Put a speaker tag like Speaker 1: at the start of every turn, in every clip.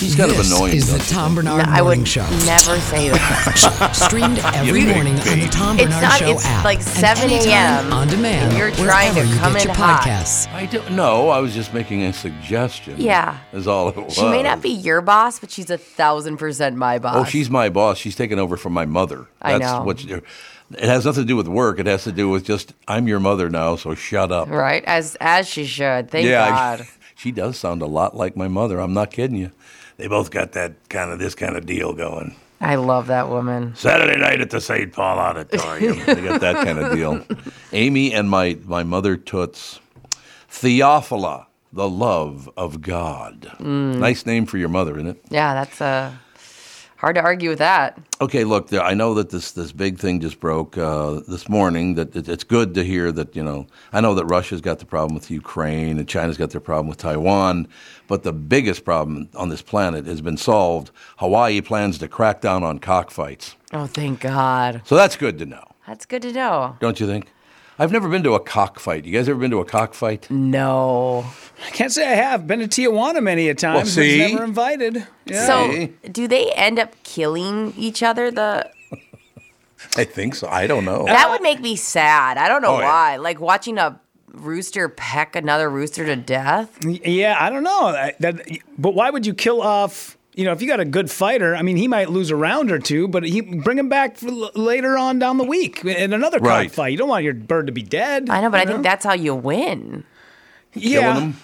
Speaker 1: She's got to
Speaker 2: This
Speaker 1: annoy him.
Speaker 2: is the
Speaker 1: doesn't
Speaker 2: Tom Bernard
Speaker 3: I would
Speaker 2: Morning Show.
Speaker 3: never say that.
Speaker 2: Streamed every
Speaker 1: big
Speaker 2: morning on the
Speaker 1: baby.
Speaker 2: Tom
Speaker 3: It's
Speaker 2: Bernard
Speaker 3: not-
Speaker 2: Show
Speaker 3: it's
Speaker 2: app.
Speaker 3: like
Speaker 2: and
Speaker 3: 7 a.m.
Speaker 2: anytime On demand.
Speaker 3: and you're trying
Speaker 2: wherever
Speaker 3: to
Speaker 2: you
Speaker 3: come
Speaker 2: get your
Speaker 3: in hot.
Speaker 2: podcasts.
Speaker 1: I don't know. I was just making a suggestion.
Speaker 3: Yeah.
Speaker 1: Is all it was.
Speaker 3: She may not be your boss, but she's a thousand percent my boss.
Speaker 1: Oh, she's my boss. She's taken over from my mother.
Speaker 3: I
Speaker 1: That's
Speaker 3: know.
Speaker 1: What she- it has nothing to do with work. It has to do with just, I'm your mother now, so shut up.
Speaker 3: right as as she should. Thank
Speaker 1: I-
Speaker 3: God.
Speaker 1: she does sound a lot like my mother. I'm not kidding you. They both got that kind of this kind of deal going.
Speaker 3: I love that woman.
Speaker 1: Saturday night at the St. Paul Auditorium. they got that kind of deal. Amy and my, my mother Toots. Theophila, the love of God. Nice name for your mother, isn't it?
Speaker 3: Yeah, that's uh, hard to argue with that.
Speaker 1: Okay, look, there, I know that this this big thing just broke uh, this morning. That it, it's good to hear that you know. I know that Russia's got the problem with Ukraine and China's got their problem with Taiwan, but the biggest problem on this planet has been solved. Hawaii plans to crack down on cockfights,
Speaker 3: Oh, thank God.
Speaker 1: so that's good to know,
Speaker 3: That's good to know.
Speaker 1: don't you think? I've never been to a cockfight. You guys ever been to a cockfight?
Speaker 3: No.
Speaker 4: I can't say I have. Been to Tijuana many a time. but was
Speaker 1: see?
Speaker 4: never invited. Yeah.
Speaker 3: So,
Speaker 1: Hey.
Speaker 3: do they end up killing each other? The
Speaker 1: I think so. I don't know.
Speaker 3: that would make me sad. I don't know
Speaker 1: Uh, Oh, yeah.
Speaker 3: why. Like watching a rooster peck another rooster to death.
Speaker 1: Mm,
Speaker 4: yeah, I don't know. I- That, but why would you kill off? You know, if you got a good fighter, I mean, he might lose a round or two, but he bring him back for l- later on down the week in another
Speaker 1: Right.
Speaker 4: fight. You don't want your bird to be dead.
Speaker 3: I know, but I
Speaker 4: you
Speaker 3: think that's how you win.
Speaker 4: yeah.
Speaker 1: Killing 'em?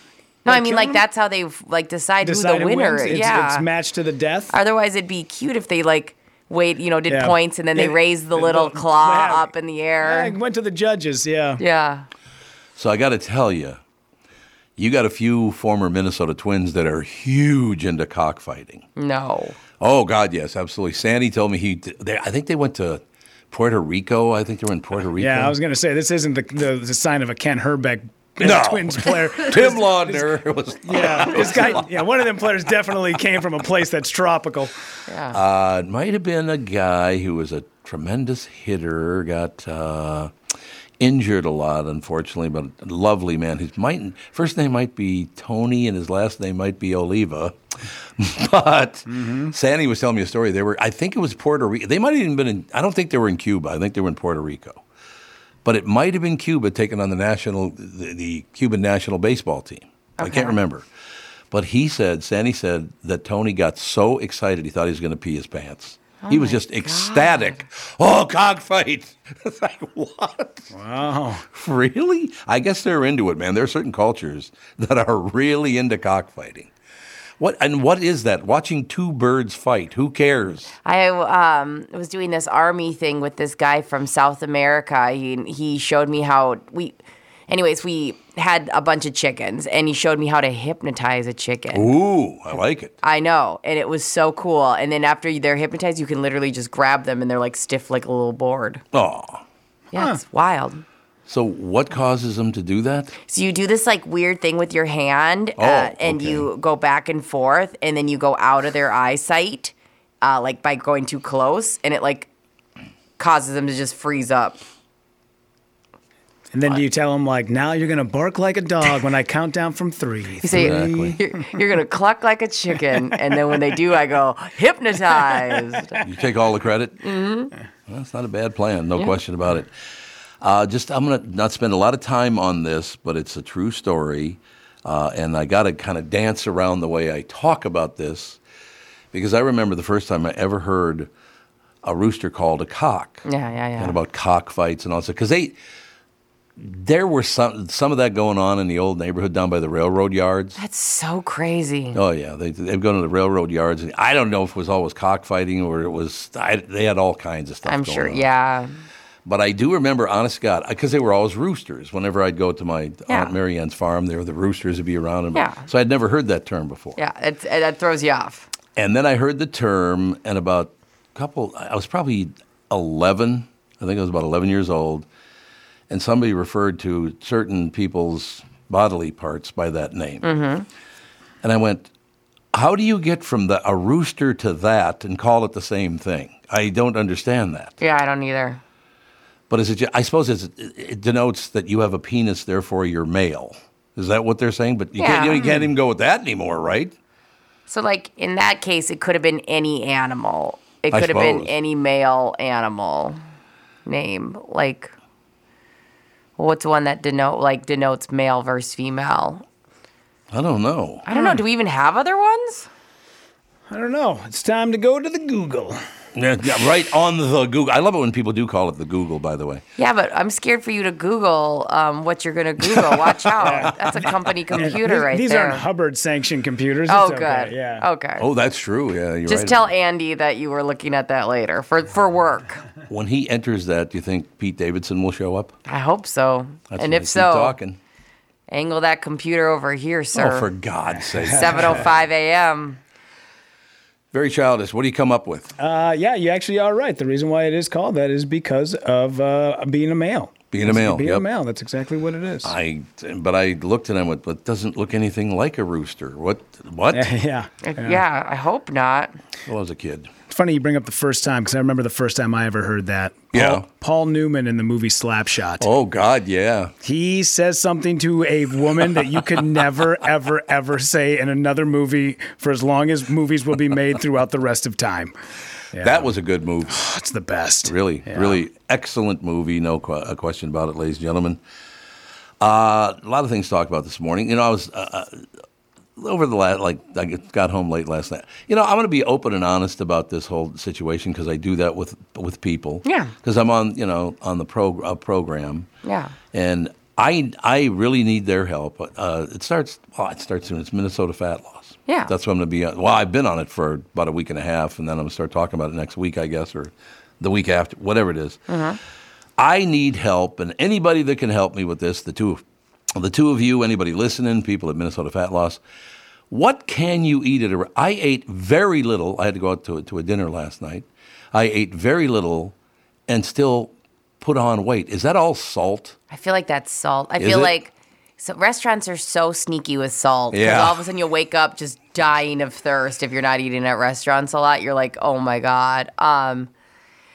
Speaker 3: No, I mean
Speaker 4: killing
Speaker 3: like
Speaker 4: them?
Speaker 3: that's how they like decide,
Speaker 4: Decide
Speaker 3: who the winner.
Speaker 4: wins.
Speaker 3: is.
Speaker 4: It's,
Speaker 3: yeah.
Speaker 4: it's matched to the death.
Speaker 3: Otherwise, it'd be cute if they like wait, you know, did
Speaker 4: Yeah.
Speaker 3: points and then they
Speaker 4: Yeah.
Speaker 3: raised the
Speaker 4: Yeah,
Speaker 3: little
Speaker 4: the-
Speaker 3: claw
Speaker 4: yeah.
Speaker 3: up in the
Speaker 4: I
Speaker 3: air.
Speaker 4: went to the judges. Yeah.
Speaker 3: Yeah.
Speaker 1: So I got to tell you, you got a few former Minnesota Twins that are huge into cockfighting.
Speaker 3: No.
Speaker 1: Oh God, yes, absolutely. Sandy told me he. They, I think they went to Puerto Rico. I think they were in Puerto Rico.
Speaker 4: Yeah, I was gonna say this isn't the the, the sign of a Ken Herbeck
Speaker 1: No.
Speaker 4: Twins player.
Speaker 1: Tim Laudner was.
Speaker 4: yeah, this guy. Yeah, one of them players definitely came from a place that's tropical.
Speaker 3: Yeah.
Speaker 1: Uh, it might have been a guy who was a tremendous hitter. Got. Uh, Injured a lot, unfortunately, but a lovely man. His might first name might be Tony, and his last name might be Oliva. But Sandy was telling me a story. They were, I think it was Puerto Rico. They might have even been in. I don't think they were in Cuba. I think they were in Puerto Rico. but it might have been Cuba taking on the national, the, the Cuban national baseball team. I can't remember. But he said, Sandy said that Tony got so excited he thought he was going to pee his pants. he was just ecstatic. Oh, cockfight! it's like what?
Speaker 4: Wow.
Speaker 1: Really? I guess they're into it, man. There are certain cultures that are really into cockfighting. What and what is that? Watching two birds fight? Who cares?
Speaker 3: I um, was doing this army thing with this guy from South America. He he showed me how we, anyways, we had a bunch of chickens, and he showed me how to hypnotize a chicken.
Speaker 1: Ooh, I like it.
Speaker 3: I know, and it was so cool. And then after they're hypnotized, you can literally just grab them, and they're like stiff, like a little board.
Speaker 1: Oh,
Speaker 3: Yeah, it's wild.
Speaker 1: so what causes them to do that?
Speaker 3: So you do this like weird thing with your hand, uh,
Speaker 1: Oh,
Speaker 3: and
Speaker 1: okay.
Speaker 3: you go back and forth, and then you go out of their eyesight, uh, like by going too close, and it like causes them to just freeze up.
Speaker 4: And then do you tell him like, now you're gonna bark like a dog when I count down from three?
Speaker 3: You say
Speaker 1: Exactly.
Speaker 3: you're, you're gonna cluck like a chicken, and then when they do, I go hypnotized.
Speaker 1: You take all the credit. Mm-hmm. that's not a bad plan, no question about it. Uh, just I'm gonna not spend a lot of time on this, but it's a true story, uh, and I got to kind of dance around the way I talk about this because I remember the first time I ever heard a rooster called a cock.
Speaker 3: Yeah, yeah, yeah.
Speaker 1: And about cockfights and all that because they. There were some some of that going on in the old neighborhood down by the railroad yards.
Speaker 3: That's so crazy.
Speaker 1: Oh yeah, they they've gone to the railroad yards. And I don't know if it was always cockfighting or it was. I, they had all kinds of stuff.
Speaker 3: I'm
Speaker 1: going
Speaker 3: sure.
Speaker 1: on.
Speaker 3: Yeah.
Speaker 1: But I do remember, honest to God, because they were always roosters. Whenever I'd go to my
Speaker 3: Yeah.
Speaker 1: aunt Mary Ann's farm, there were the roosters would be around. And
Speaker 3: Yeah.
Speaker 1: So I'd never heard that term before.
Speaker 3: Yeah, it's, it, that throws you off.
Speaker 1: And then I heard the term, and about a couple, I was probably 11. I think I was about 11 years old. And somebody referred to certain people's bodily parts by that name. And I went, How do you get from the, a rooster to that and call it the same thing? I don't understand that.
Speaker 3: Yeah, I don't either.
Speaker 1: But is it? ju- I suppose it's, it denotes that you have a penis, therefore you're male. Is that what they're saying? But you, can't, you,
Speaker 3: Yeah.
Speaker 1: can't even go with that anymore, right?
Speaker 3: So, like in that case, it could have been any animal. It
Speaker 1: I
Speaker 3: could have been
Speaker 1: suppose.
Speaker 3: any male animal name. Like, what's one that denote like denotes male versus female?
Speaker 1: I don't know.
Speaker 3: I don't
Speaker 4: Hmm.
Speaker 3: know. Do we even have other ones?
Speaker 4: I don't know. It's time to go to the Google.
Speaker 1: Yeah, yeah, right on the Google. I love it when people do call it the Google. By the way,
Speaker 3: Yeah, but I'm scared for you to Google um, what you're going to Google. Watch out. That's a company computer
Speaker 4: these,
Speaker 3: right
Speaker 4: these
Speaker 3: there.
Speaker 4: aren't Hubbard sanctioned computers.
Speaker 3: oh,
Speaker 4: It's
Speaker 3: good.
Speaker 4: okay, Yeah.
Speaker 3: Okay.
Speaker 1: oh, that's true. Yeah, you're
Speaker 3: Just
Speaker 1: right.
Speaker 3: tell Andy that you were looking at that later for, for work.
Speaker 1: when he enters that, do you think Pete Davidson will show up?
Speaker 3: I hope so.
Speaker 1: That's
Speaker 3: and
Speaker 1: when I
Speaker 3: if
Speaker 1: keep
Speaker 3: so,
Speaker 1: talking.
Speaker 3: angle that computer over here, sir.
Speaker 1: Oh, for God's sake!
Speaker 3: 7:05 a.m.
Speaker 1: Very childish. What do you come up with?
Speaker 3: Oh.
Speaker 4: Uh, yeah, you actually are right. The reason why it is called that is because of uh, being a male.
Speaker 1: Being a male.
Speaker 4: Being a
Speaker 1: yep.
Speaker 4: male. That's exactly what it is.
Speaker 1: I, but I looked and I went, but it doesn't look anything like a rooster. What? What? well,
Speaker 4: yeah.
Speaker 3: Yeah. I hope not.
Speaker 1: I was a kid.
Speaker 4: It's funny you bring up the first time because I remember the first time I ever heard that. Paul,
Speaker 1: Yeah.
Speaker 4: Paul Newman in the movie Slapshot.
Speaker 1: Oh God, yeah.
Speaker 4: He says something to a woman that you could never, ever, ever say in another movie for as long as movies will be made throughout the rest of time. Yeah,
Speaker 1: That was a good move.
Speaker 4: that's the best.
Speaker 1: Really,
Speaker 4: Yeah.
Speaker 1: really excellent movie. No qu- a question about it, ladies and gentlemen. Uh, a lot of things talked about this morning. You know, I was uh, uh, over the last, like, I get- got home late last night. You know, I'm going to be open and honest about this whole situation because I do that with with people.
Speaker 3: Yeah.
Speaker 1: Because I'm on, you know, on the prog- uh, program.
Speaker 3: Yeah.
Speaker 1: And I, I really need their help. Uh, it starts, well, it starts soon. It's Minnesota fat loss.
Speaker 3: Yeah.
Speaker 1: That's what I'm going to be on. Well, I've been on it for about a week and a half, and then I'm going to start talking about it next week, I guess, or the week after, whatever it is. I need help, and anybody that can help me with this, the two, the two of you, anybody listening, people at Minnesota Fat Loss, what can you eat at a? I ate very little. I had to go out to a, to a dinner last night. I ate very little, and still put on weight. Is that all salt?
Speaker 3: I feel like that's salt. I
Speaker 1: Is
Speaker 3: feel
Speaker 1: it?
Speaker 3: like so restaurants are so sneaky with salt. 'cause
Speaker 1: Yeah.
Speaker 3: all of a sudden you'll wake up just dying of thirst if you're not eating at restaurants a lot. You're like, oh my god. Um,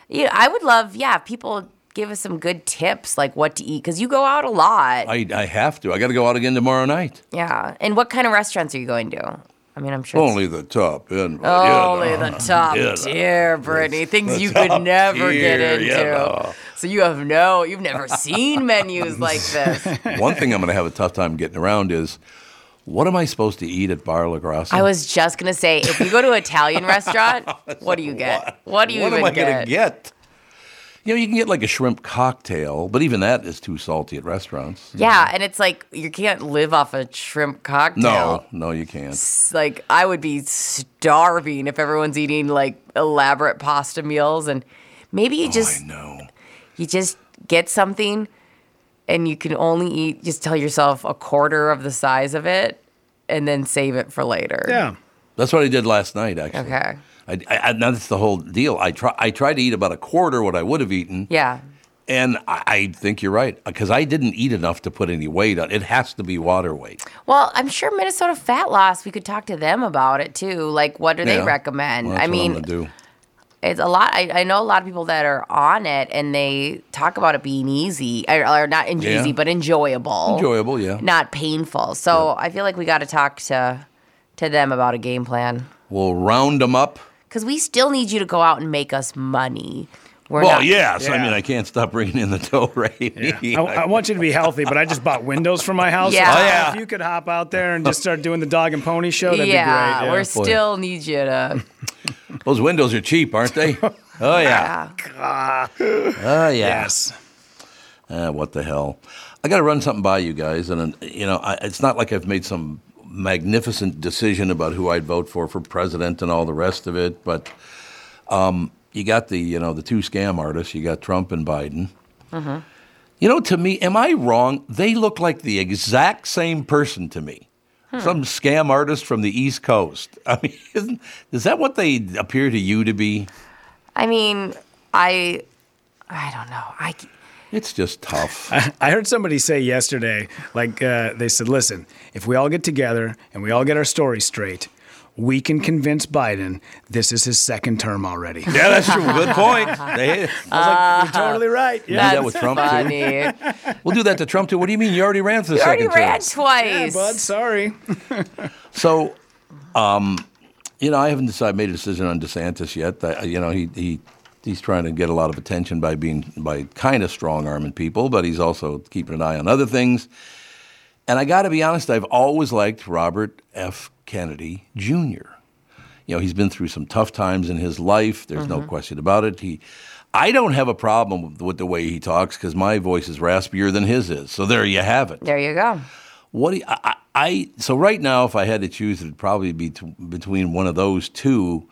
Speaker 3: yeah, I would love. Yeah, people give us some good tips like what to eat because you go out a lot.
Speaker 1: I, I have to. I got to go out again tomorrow night.
Speaker 3: yeah, and what kind of restaurants are you going to? I mean, I'm sure. it's-
Speaker 1: Only the top end.
Speaker 3: Only the top
Speaker 1: yeah, no.
Speaker 3: tier, Brittany. Things you could never get
Speaker 1: tier,
Speaker 3: into.
Speaker 1: yeah, no.
Speaker 3: So you have no, you've never seen menus like this.
Speaker 1: One thing I'm going to have a tough time getting around is what am I supposed to eat at Bar La Grasse?
Speaker 3: I was just gonna say, if you go to an Italian restaurant, what do you get? What, do you
Speaker 1: what
Speaker 3: even
Speaker 1: am I
Speaker 3: get?
Speaker 1: gonna get? You know, you can get like a shrimp cocktail, but even that is too salty at restaurants.
Speaker 3: Yeah, and it's like you can't live off a shrimp cocktail.
Speaker 1: No, no, you can't.
Speaker 3: It's Like I would be starving if everyone's eating like elaborate pasta meals, and maybe you just
Speaker 1: Oh, I know.
Speaker 3: you just get something and you can only eat just tell yourself a quarter of the size of it and then save it for later
Speaker 4: Yeah.
Speaker 1: That's what I did last night, actually.
Speaker 3: okay
Speaker 1: I, I, I- now that's the whole deal. I try, I tried to eat about a quarter what I would have eaten,
Speaker 3: yeah
Speaker 1: and I, I think you're right because I didn't eat enough to put any weight on. It has to be water weight.
Speaker 3: well i'm sure minnesota fat loss we could talk to them about it too like what do they
Speaker 1: Yeah.
Speaker 3: recommend
Speaker 1: Well,
Speaker 3: i
Speaker 1: that's what I'm
Speaker 3: mean
Speaker 1: gonna do.
Speaker 3: it's a lot I, I know a lot of people that are on it and they talk about it being easy or, or not en-
Speaker 1: Yeah.
Speaker 3: easy but enjoyable
Speaker 1: enjoyable, yeah.
Speaker 3: not painful so i feel like we got to talk to to them about a game plan
Speaker 1: We'll round them up.
Speaker 3: because we still need you to go out and make us money. We're
Speaker 1: Well,
Speaker 3: not-
Speaker 1: yes. I
Speaker 4: Yeah.
Speaker 1: mean, I can't stop bringing in the dough, right?
Speaker 4: I, I want you to be healthy, but I just bought windows for my house.
Speaker 3: Yeah. Oh,
Speaker 1: yeah.
Speaker 4: If you could hop out there and just start doing the dog and pony show,
Speaker 3: Yeah,
Speaker 4: that'd be great.
Speaker 3: we're
Speaker 1: boy.
Speaker 3: still need you to.
Speaker 1: Those windows are cheap, aren't they? Oh yeah.
Speaker 3: Yeah.
Speaker 1: Oh yeah.
Speaker 4: Yes.
Speaker 1: Ah, what the hell? I got to run something by you guys, and uh, you know, I, it's not like I've made some magnificent decision about who I'd vote for for president and all the rest of it. But um, you got the you know the two scam artists. You got Trump and Biden. You know, to me, am I wrong? They look like the exact same person to me. Some scam artist from the East Coast. I mean, isn't, is that what they appear to you to be?
Speaker 3: I mean, I, I don't know. I c-
Speaker 1: It's just tough.
Speaker 4: I heard somebody say yesterday, like uh, they said, listen, if we all get together and we all get our story straight, we can convince Biden this is his second term already. I was
Speaker 1: yeah, that's true. Good point. They,
Speaker 4: like, you're totally right. Yeah.
Speaker 1: that
Speaker 3: that's
Speaker 1: with Trump, too?
Speaker 3: funny. You
Speaker 1: We'll do that to Trump too. What do you mean? You already ran for the
Speaker 3: already
Speaker 1: second
Speaker 3: ran
Speaker 1: term.
Speaker 4: Yeah,
Speaker 3: twice.
Speaker 4: bud, sorry.
Speaker 1: So, um, You know, I haven't decided, made a decision on DeSantis yet. I, you know, he, he he's trying to get a lot of attention by being by kind of strong arming people, but he's also keeping an eye on other things. And I got to be honest, I've always liked Robert F. Kennedy Jr. You know, he's been through some tough times in his life. There's no question about it. He, I don't have a problem with the way he talks because my voice is raspier than his is. So there you have it.
Speaker 3: There you go.
Speaker 1: What do you, I, I I- so right now, if I had to choose, it'd probably be t- between one of those two.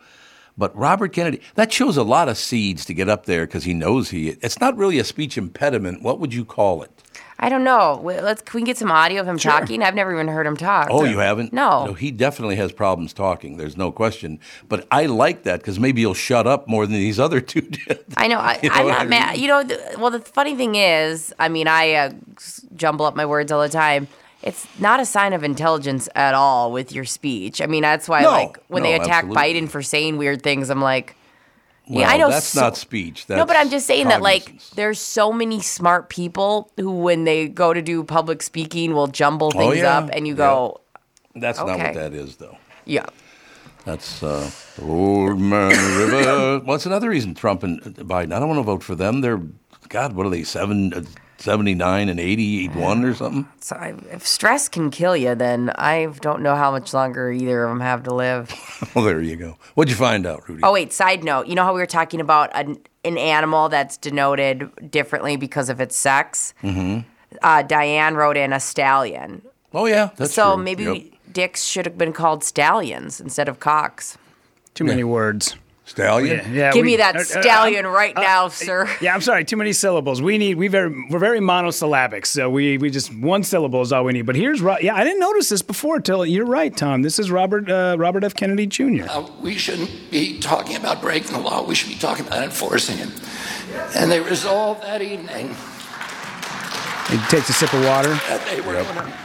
Speaker 1: But Robert Kennedy, that shows a lot of seeds to get up there because he knows he. It's not really a speech impediment. What would you call it?
Speaker 3: I don't know. Wait, Let's can we get some audio of him talking? I've never even heard him talk.
Speaker 1: Oh, you haven't?
Speaker 3: No.
Speaker 1: he definitely has problems talking. There's no question. But I like that because maybe he'll shut up more than these other two did.
Speaker 3: I know. I,
Speaker 1: You know
Speaker 3: I'm
Speaker 1: what
Speaker 3: not
Speaker 1: I mean?
Speaker 3: mad. You know, th- well, the funny thing is, I mean, I uh, s- jumble up my words all the time. It's not a sign of intelligence at all with your speech. I mean, that's why,
Speaker 1: No.
Speaker 3: like, when they
Speaker 1: No,
Speaker 3: attack
Speaker 1: absolutely.
Speaker 3: Biden for saying weird things, I'm like, yeah,
Speaker 1: Well,
Speaker 3: I know.
Speaker 1: that's
Speaker 3: so-
Speaker 1: not speech. That's
Speaker 3: no, but I'm just saying that, like,
Speaker 1: cognizance.
Speaker 3: there's so many smart people who, when they go to do public speaking, will jumble
Speaker 1: Oh,
Speaker 3: things
Speaker 1: yeah.
Speaker 3: up, and you
Speaker 1: Yep.
Speaker 3: go,
Speaker 1: that's not
Speaker 3: okay.
Speaker 1: what that is, though.
Speaker 3: yeah.
Speaker 1: That's uh, old man river. What's another reason Trump and Biden? I don't want to vote for them. They're God. What are they? Seven, uh, 79 and eighty-one or something.
Speaker 3: So I, if stress can kill you, then I don't know how much longer either of them have to live.
Speaker 1: Well, there you go. What'd you find out, Rudy?
Speaker 3: Oh wait, side note. You know how we were talking about an, an animal that's denoted differently because of its sex? Mm-hmm. Uh, Diane wrote in a stallion.
Speaker 1: Oh, yeah, that's
Speaker 3: so
Speaker 1: true.
Speaker 3: maybe
Speaker 1: Yep.
Speaker 3: dicks should have been called stallions instead of cocks.
Speaker 4: Too many words.
Speaker 1: stallion.
Speaker 4: Yeah,
Speaker 3: Give
Speaker 4: we-
Speaker 3: me that
Speaker 4: uh, uh,
Speaker 3: stallion right now, sir.
Speaker 4: Yeah, I'm sorry. Too many syllables. We need we very we're very monosyllabic, so we we just one syllable is all we need. But here's Ro- yeah, I didn't notice this before. Till you're right, Tom. This is Robert uh, Robert F. Kennedy Jr.
Speaker 1: Oh.
Speaker 5: Uh, we shouldn't be talking about breaking the law. We should be talking about enforcing it. And they resolved that evening
Speaker 4: He takes a sip of water.
Speaker 5: that they were going to.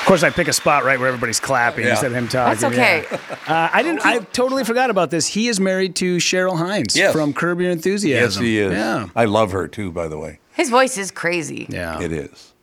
Speaker 4: Of course, I pick a spot right where everybody's clapping
Speaker 1: Yeah.
Speaker 4: instead of him talking.
Speaker 3: That's okay.
Speaker 4: yeah. Uh, I didn't. I totally forgot about this. He is married to Cheryl Hines
Speaker 1: Yes.
Speaker 4: from Curb Your
Speaker 1: Yes,
Speaker 4: Enthusiasm.
Speaker 1: he is.
Speaker 4: Yeah.
Speaker 1: I love her too. By the way,
Speaker 3: His voice is crazy.
Speaker 4: Yeah.
Speaker 1: it is.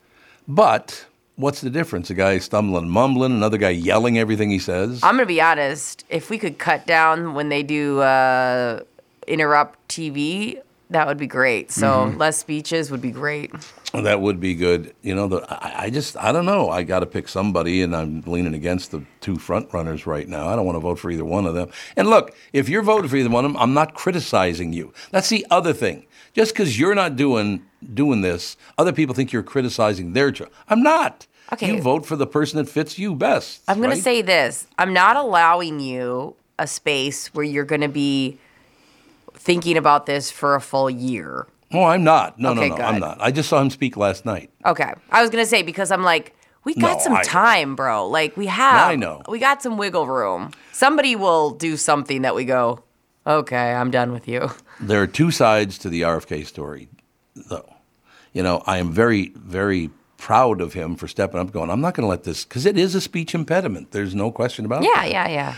Speaker 1: But what's the difference? A guy stumbling, mumbling, another guy yelling everything he says.
Speaker 3: I'm gonna be honest. If we could cut down when they do uh, interrupt TV, that would be great. So less speeches would be great.
Speaker 1: That would be good. You know, the, I, I just, I don't know. I got to pick somebody, and I'm leaning against the two front runners right now. I don't want to vote for either one of them. And look, if you're voting for either one of them, I'm not criticizing you. That's the other thing. Just because you're not doing doing this, other people think you're criticizing their job. I'm not.
Speaker 3: Okay.
Speaker 1: You vote for the person that fits you best.
Speaker 3: I'm going
Speaker 1: right?
Speaker 3: to say this. I'm not allowing you a space where you're going to be thinking about this for a full year.
Speaker 1: Oh, I'm not. No,
Speaker 3: Okay,
Speaker 1: no, no.
Speaker 3: good.
Speaker 1: I'm not. I just saw him speak last night.
Speaker 3: Okay. I was going to say because I'm like, we got
Speaker 1: No,
Speaker 3: some
Speaker 1: I-
Speaker 3: time, bro. Like we have
Speaker 1: I know.
Speaker 3: We got some wiggle room. Somebody will do something that we go, "Okay, I'm done with you."
Speaker 1: there are two sides to the RFK story, though. You know, I am very, very proud of him for stepping up, going, I'm not going to let this, because it is a speech impediment. There's no question about
Speaker 3: Yeah,
Speaker 1: it.
Speaker 3: yeah, yeah.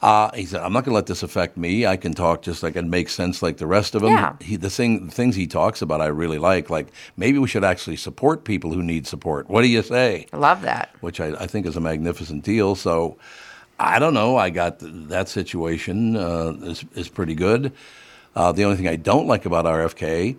Speaker 1: Uh, he said, I'm not going to let this affect me. I can talk just like and make sense like the rest of them.
Speaker 3: Yeah.
Speaker 1: He, the, thing, the things he talks about, I really like. Like, maybe we should actually support people who need support. What do you say?
Speaker 3: I love that.
Speaker 1: which I, I think is a magnificent deal. So I don't know. I got th- that situation uh, is, is pretty good. Uh, the only thing I don't like about RFK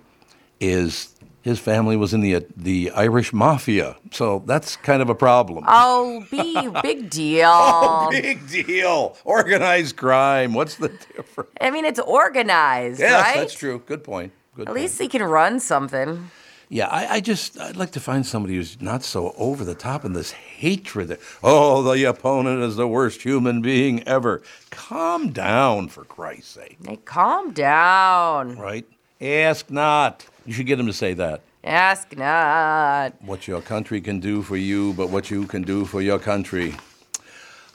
Speaker 1: is his family was in the uh, the Irish mafia, so that's kind of a problem.
Speaker 3: Oh, B, big deal.
Speaker 1: Big deal. Organized crime. What's the difference?
Speaker 3: I mean, it's organized,
Speaker 1: Yes,
Speaker 3: right?
Speaker 1: that's true. Good point. Good
Speaker 3: At
Speaker 1: point.
Speaker 3: least he can run something.
Speaker 1: Yeah, I, I just I'd like to find somebody who's not so over the top in this hatred that oh the opponent is the worst human being ever. Calm down for Christ's sake,
Speaker 3: Hey, calm down.
Speaker 1: right? Ask not. You should get him to say that.
Speaker 3: Ask not.
Speaker 1: What your country can do for you, but what you can do for your country. Um,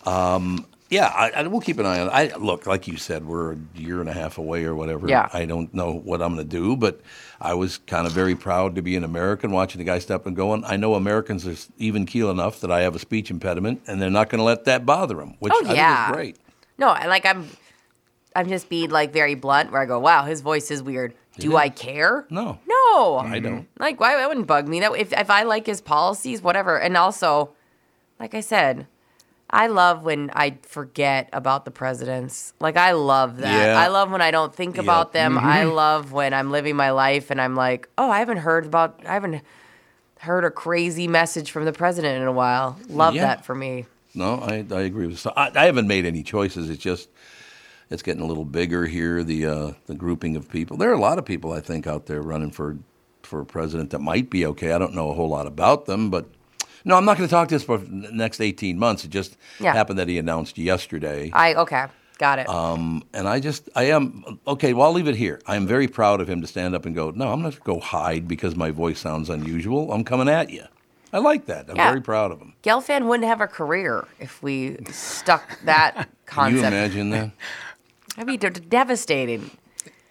Speaker 1: yeah, I, I, we'll keep an eye on. it. I look like you said we're a year and a half away or whatever.
Speaker 3: Yeah.
Speaker 1: I don't know what I'm going to do, but I was kind of very proud to be an American, watching the guy step and going. I know Americans are even keel enough that I have a speech impediment, and they're not going to let that bother them, which
Speaker 3: Oh,
Speaker 1: I think
Speaker 3: yeah.
Speaker 1: is great.
Speaker 3: No, I like I'm I'm just being like very blunt where I go, wow, his voice is weird. Do I care?
Speaker 1: No. Mm-hmm.
Speaker 3: No.
Speaker 1: I don't.
Speaker 3: Like why that wouldn't bug me. That if if I like his policies, whatever. And also like I said, I love when I forget about the presidents. Like I love that.
Speaker 1: Yeah. Mm-hmm.
Speaker 3: I love when I don't think about them. I love when I'm living my life and I'm like, oh, I haven't heard about, I haven't heard a crazy message from the president in a while. Love
Speaker 1: Yeah.
Speaker 3: that for me.
Speaker 1: No, I, I agree with. So I, I haven't made any choices. It's just it's getting a little bigger here. The uh, the grouping of people. There are a lot of people I think out there running for for president that might be okay. I don't know a whole lot about them, but no, I'm not going to talk this for the next 18 months. It just
Speaker 3: Yeah. Uh,
Speaker 1: happened that he announced yesterday.
Speaker 3: I okay, got it.
Speaker 1: Um, And I just, I am, okay, well, I'll leave it here. I am very proud of him to stand up and go, no, I'm not going to go hide because my voice sounds unusual. I'm coming at you. I like that. I'm
Speaker 3: Yeah.
Speaker 1: very proud of him.
Speaker 3: Gelfand wouldn't have a career if we stuck that
Speaker 1: Can you
Speaker 3: concept.
Speaker 1: imagine that?
Speaker 3: That'd be de- devastating.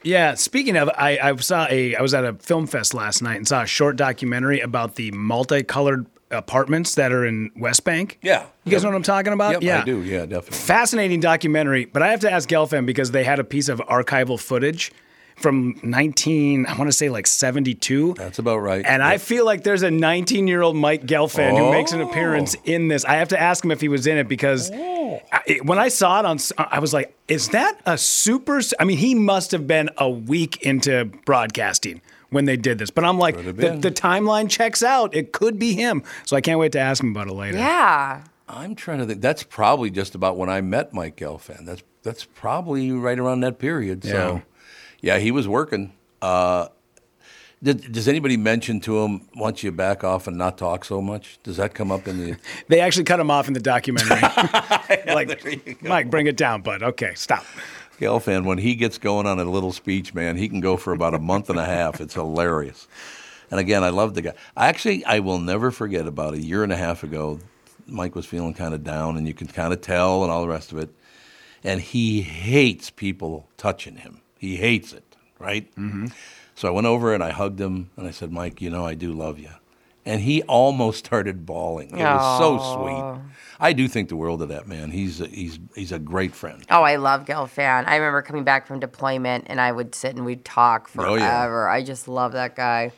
Speaker 4: Yeah, speaking of, I, I saw a I was at a film fest last night and saw a short documentary about the multicolored apartments that are in West Bank.
Speaker 1: Yeah.
Speaker 4: You guys know what I'm talking about?
Speaker 1: Yep,
Speaker 4: Uh, yeah.
Speaker 1: I do. Yeah, definitely.
Speaker 4: Fascinating documentary, but I have to ask Gelfand because they had a piece of archival footage from 19, I want to say like 72.
Speaker 1: That's about right.
Speaker 4: And I
Speaker 1: Yep.
Speaker 4: feel like there's a 19 year old Mike Gelfand who makes an
Speaker 1: Oh.
Speaker 4: appearance in this. I have to ask him if he was in it because I, it- when I saw it on, s- I was like, is that a super? s- I mean, he must have been a week into broadcasting when they did this. But I'm like,
Speaker 1: Could've
Speaker 4: the,
Speaker 1: been.
Speaker 4: the timeline checks out. It could be him. So I can't wait to ask him about it later.
Speaker 3: Yeah.
Speaker 1: I'm trying to think. That's probably just about when I met Mike Gelfand. That's that's probably right around that period. So, yeah, he was working. Uh, did, does anybody mention to him once you back off and not talk so much? Does that come up in the?
Speaker 4: They actually cut him off in the documentary. like, Mike, bring it down, bud. Okay, stop.
Speaker 1: Gelfand, when he gets going on a little speech, man, he can go for about a month and a half. It's hilarious. And again, I love the guy. I Actually, I will never forget about a year and a half ago, Mike was feeling kind of down, and you can kind of tell, and all the rest of it. And he hates people touching him. He hates it, right? Mm-hmm. So I went over and I hugged him, and I said, Mike, you know, I do love you. And he almost started bawling. It was so sweet. I do think the world of that man. He's a, he's he's a great friend.
Speaker 3: Oh, I love Gelfand. I remember coming back from deployment and I would sit and we'd talk
Speaker 1: Oh,
Speaker 3: forever.
Speaker 1: yeah.
Speaker 3: I just love that guy.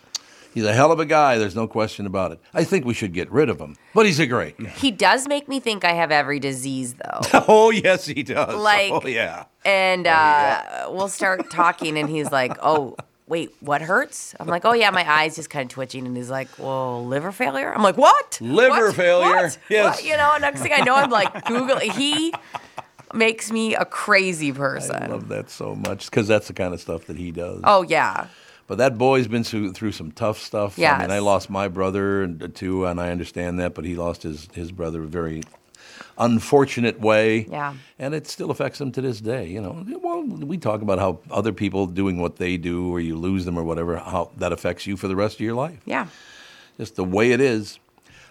Speaker 1: He's a hell of a guy. There's no question about it. I think we should get rid of him, but he's a great guy.
Speaker 3: He does make me think I have every disease though.
Speaker 1: Oh yes, he does.
Speaker 3: Like-
Speaker 1: oh yeah.
Speaker 3: And uh, we'll start talking and he's like, "Oh, wait, what hurts?" I'm like, "Oh yeah, my eyes just kind of twitching." And he's like, "Well, liver failure." I'm like, "What?
Speaker 1: Liver
Speaker 3: What?
Speaker 1: failure?
Speaker 3: What?
Speaker 1: Yes.
Speaker 3: What?" You know, next thing I know, I'm like, "Google." He makes me a crazy
Speaker 1: I
Speaker 3: person.
Speaker 1: love that so much because that's the kind of stuff that he does.
Speaker 3: Oh yeah.
Speaker 1: But that boy's been through, through some tough stuff. I mean,
Speaker 3: Yes.
Speaker 1: I lost my brother and- uh, too, and I understand that, but he lost his, his brother a very unfortunate way.
Speaker 3: Yeah.
Speaker 1: And it still affects him to this day. You know, well, we talk about how other people doing what they do or you lose them or whatever, how that affects you for the rest of your life.
Speaker 3: Yeah.
Speaker 1: just the way it is.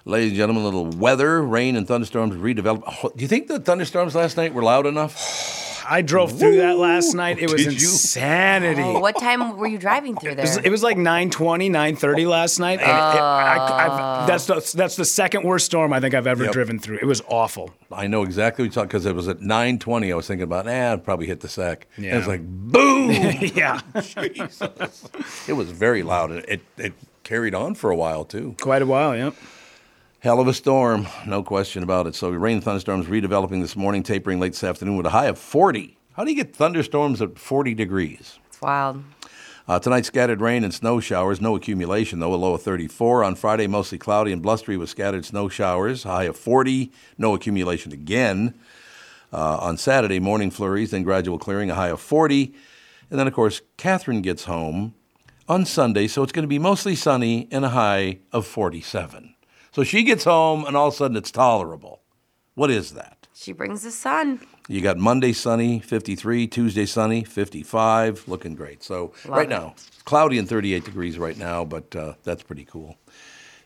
Speaker 1: Ladies and gentlemen, a little weather, rain, and thunderstorms redevelop. Oh, do you think the thunderstorms last night were loud enough?
Speaker 4: I drove through that last
Speaker 1: Woo!
Speaker 4: night. It was
Speaker 1: Oh, Did you?
Speaker 4: insanity.
Speaker 3: Oh, what time were you driving through there?
Speaker 4: It was, it was like 920, 930 last night. And it- it- I- I've- that's, the, that's the second worst storm I think I've ever
Speaker 1: Ah. Yep.
Speaker 4: driven through. It was awful.
Speaker 1: I know exactly what you're talking because it was at 9:20. I was thinking about, eh, I'd probably hit the sack. And it's
Speaker 4: Yeah.
Speaker 1: like boom.
Speaker 4: yeah.
Speaker 1: Jesus. It was very loud. It, it it carried on for a while too.
Speaker 4: Quite a while, yep.
Speaker 1: Hell of a storm, no question about it. So rain and thunderstorms redeveloping this morning, tapering late this afternoon with a high of 40. How do you get thunderstorms at 40 degrees?
Speaker 3: It's wild.
Speaker 1: Uh, tonight, scattered rain and snow showers. No accumulation, though, a low of 34. On Friday, mostly cloudy and blustery with scattered snow showers. High of 40. No accumulation again. Uh, on Saturday, morning flurries, then gradual clearing, a high of 40. And then, of course, Catherine gets home on Sunday, so it's going to be mostly sunny and a high of 47. So she gets home, and all of a sudden it's tolerable. What is that?
Speaker 3: She brings the sun.
Speaker 1: You got Monday sunny, 53, Tuesday sunny, 55, looking great. So right
Speaker 3: it.
Speaker 1: now, cloudy and 38 degrees right now, but uh, that's pretty cool.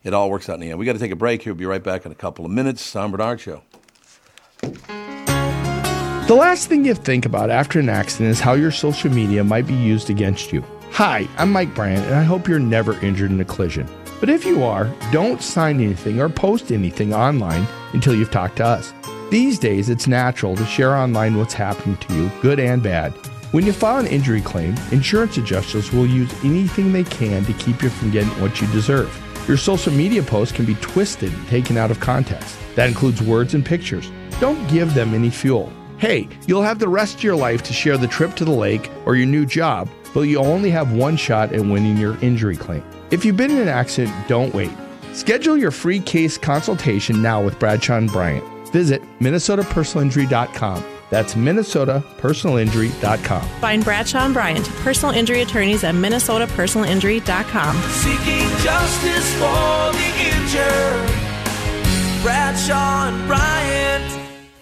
Speaker 1: It all works out in the end. We got to take a break here. We'll be right back in a couple of minutes. Tom Bernard Show.
Speaker 6: The last thing you think about after an accident is how your social media might be used against you. Hi, I'm Mike Bryant, and I hope you're never injured in a collision. But if you are, don't sign anything or post anything online until you've talked to us. These days, it's natural to share online what's happened to you, good and bad. When you file an injury claim, insurance adjusters will use anything they can to keep you from getting what you deserve. Your social media posts can be twisted and taken out of context. That includes words and pictures. Don't give them any fuel. Hey, you'll have the rest of your life to share the trip to the lake or your new job, but you only have one shot at winning your injury claim. If you've been in an accident, don't wait. Schedule your free case consultation now with Bradshaw and Bryant. Visit minnesotapersonalinjury.com. That's minnesotapersonalinjury.com.
Speaker 7: Find Bradshaw and Bryant, personal injury attorneys at minnesotapersonalinjury.com.
Speaker 8: Seeking justice for the injured. Bradshaw and Bryant.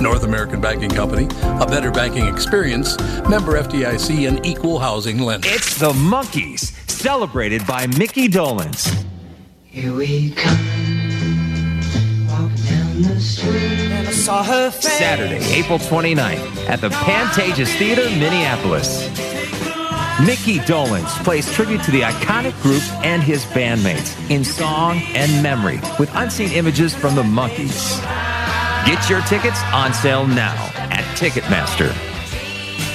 Speaker 1: North American Banking Company, a better banking experience, member FDIC, and equal housing lender.
Speaker 9: It's the Monkeys, celebrated by Mickey Dolans.
Speaker 10: Here we come, walking down the street.
Speaker 8: I saw her face.
Speaker 9: Saturday, April 29th at the Pantages Theater, Minneapolis. Mickey Dolans plays tribute to the iconic group and his bandmates in song and memory with unseen images from the Monkees. Get your tickets on sale now at Ticketmaster.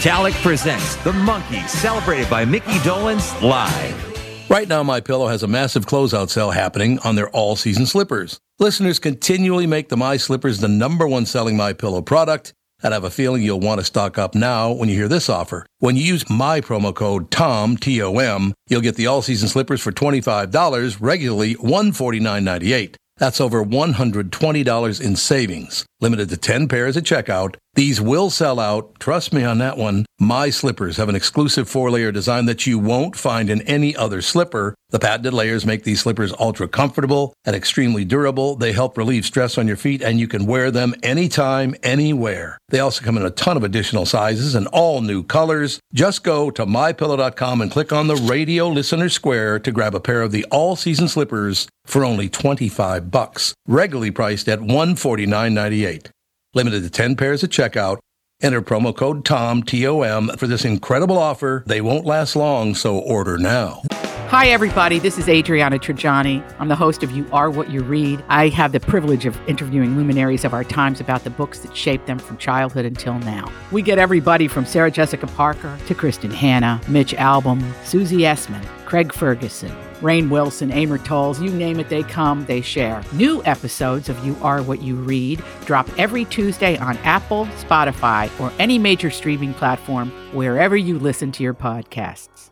Speaker 9: Talik presents The Monkees, celebrated by Mickey Dolans live.
Speaker 1: Right now, My Pillow has a massive closeout sale happening on their all-season slippers. Listeners continually make the My Slippers the number one selling My Pillow product, and I have a feeling you'll want to stock up now when you hear this offer. When you use my promo code TOM T O M, you'll get the all-season slippers for twenty-five dollars regularly, one forty-nine ninety-eight. That's over $120 in savings. Limited to 10 pairs at checkout. These will sell out. Trust me on that one. My slippers have an exclusive four layer design that you won't find in any other slipper. The patented layers make these slippers ultra comfortable and extremely durable. They help relieve stress on your feet, and you can wear them anytime, anywhere. They also come in a ton of additional sizes and all new colors. Just go to mypillow.com and click on the radio listener square to grab a pair of the all season slippers for only 25 bucks, regularly priced at 149.98. Limited to 10 pairs at checkout. Enter promo code TOM T O M for this incredible offer. They won't last long, so order now.
Speaker 11: Hi, everybody. This is Adriana Trajani. I'm the host of You Are What You Read. I have the privilege of interviewing luminaries of our times about the books that shaped them from childhood until now. We get everybody from Sarah Jessica Parker to Kristen Hanna, Mitch Albom, Susie Essman, Craig Ferguson, Rain Wilson, Amor Tolls, you name it, they come, they share. New episodes of You Are What You Read drop every Tuesday on Apple, Spotify, or any major streaming platform wherever you listen to your podcasts.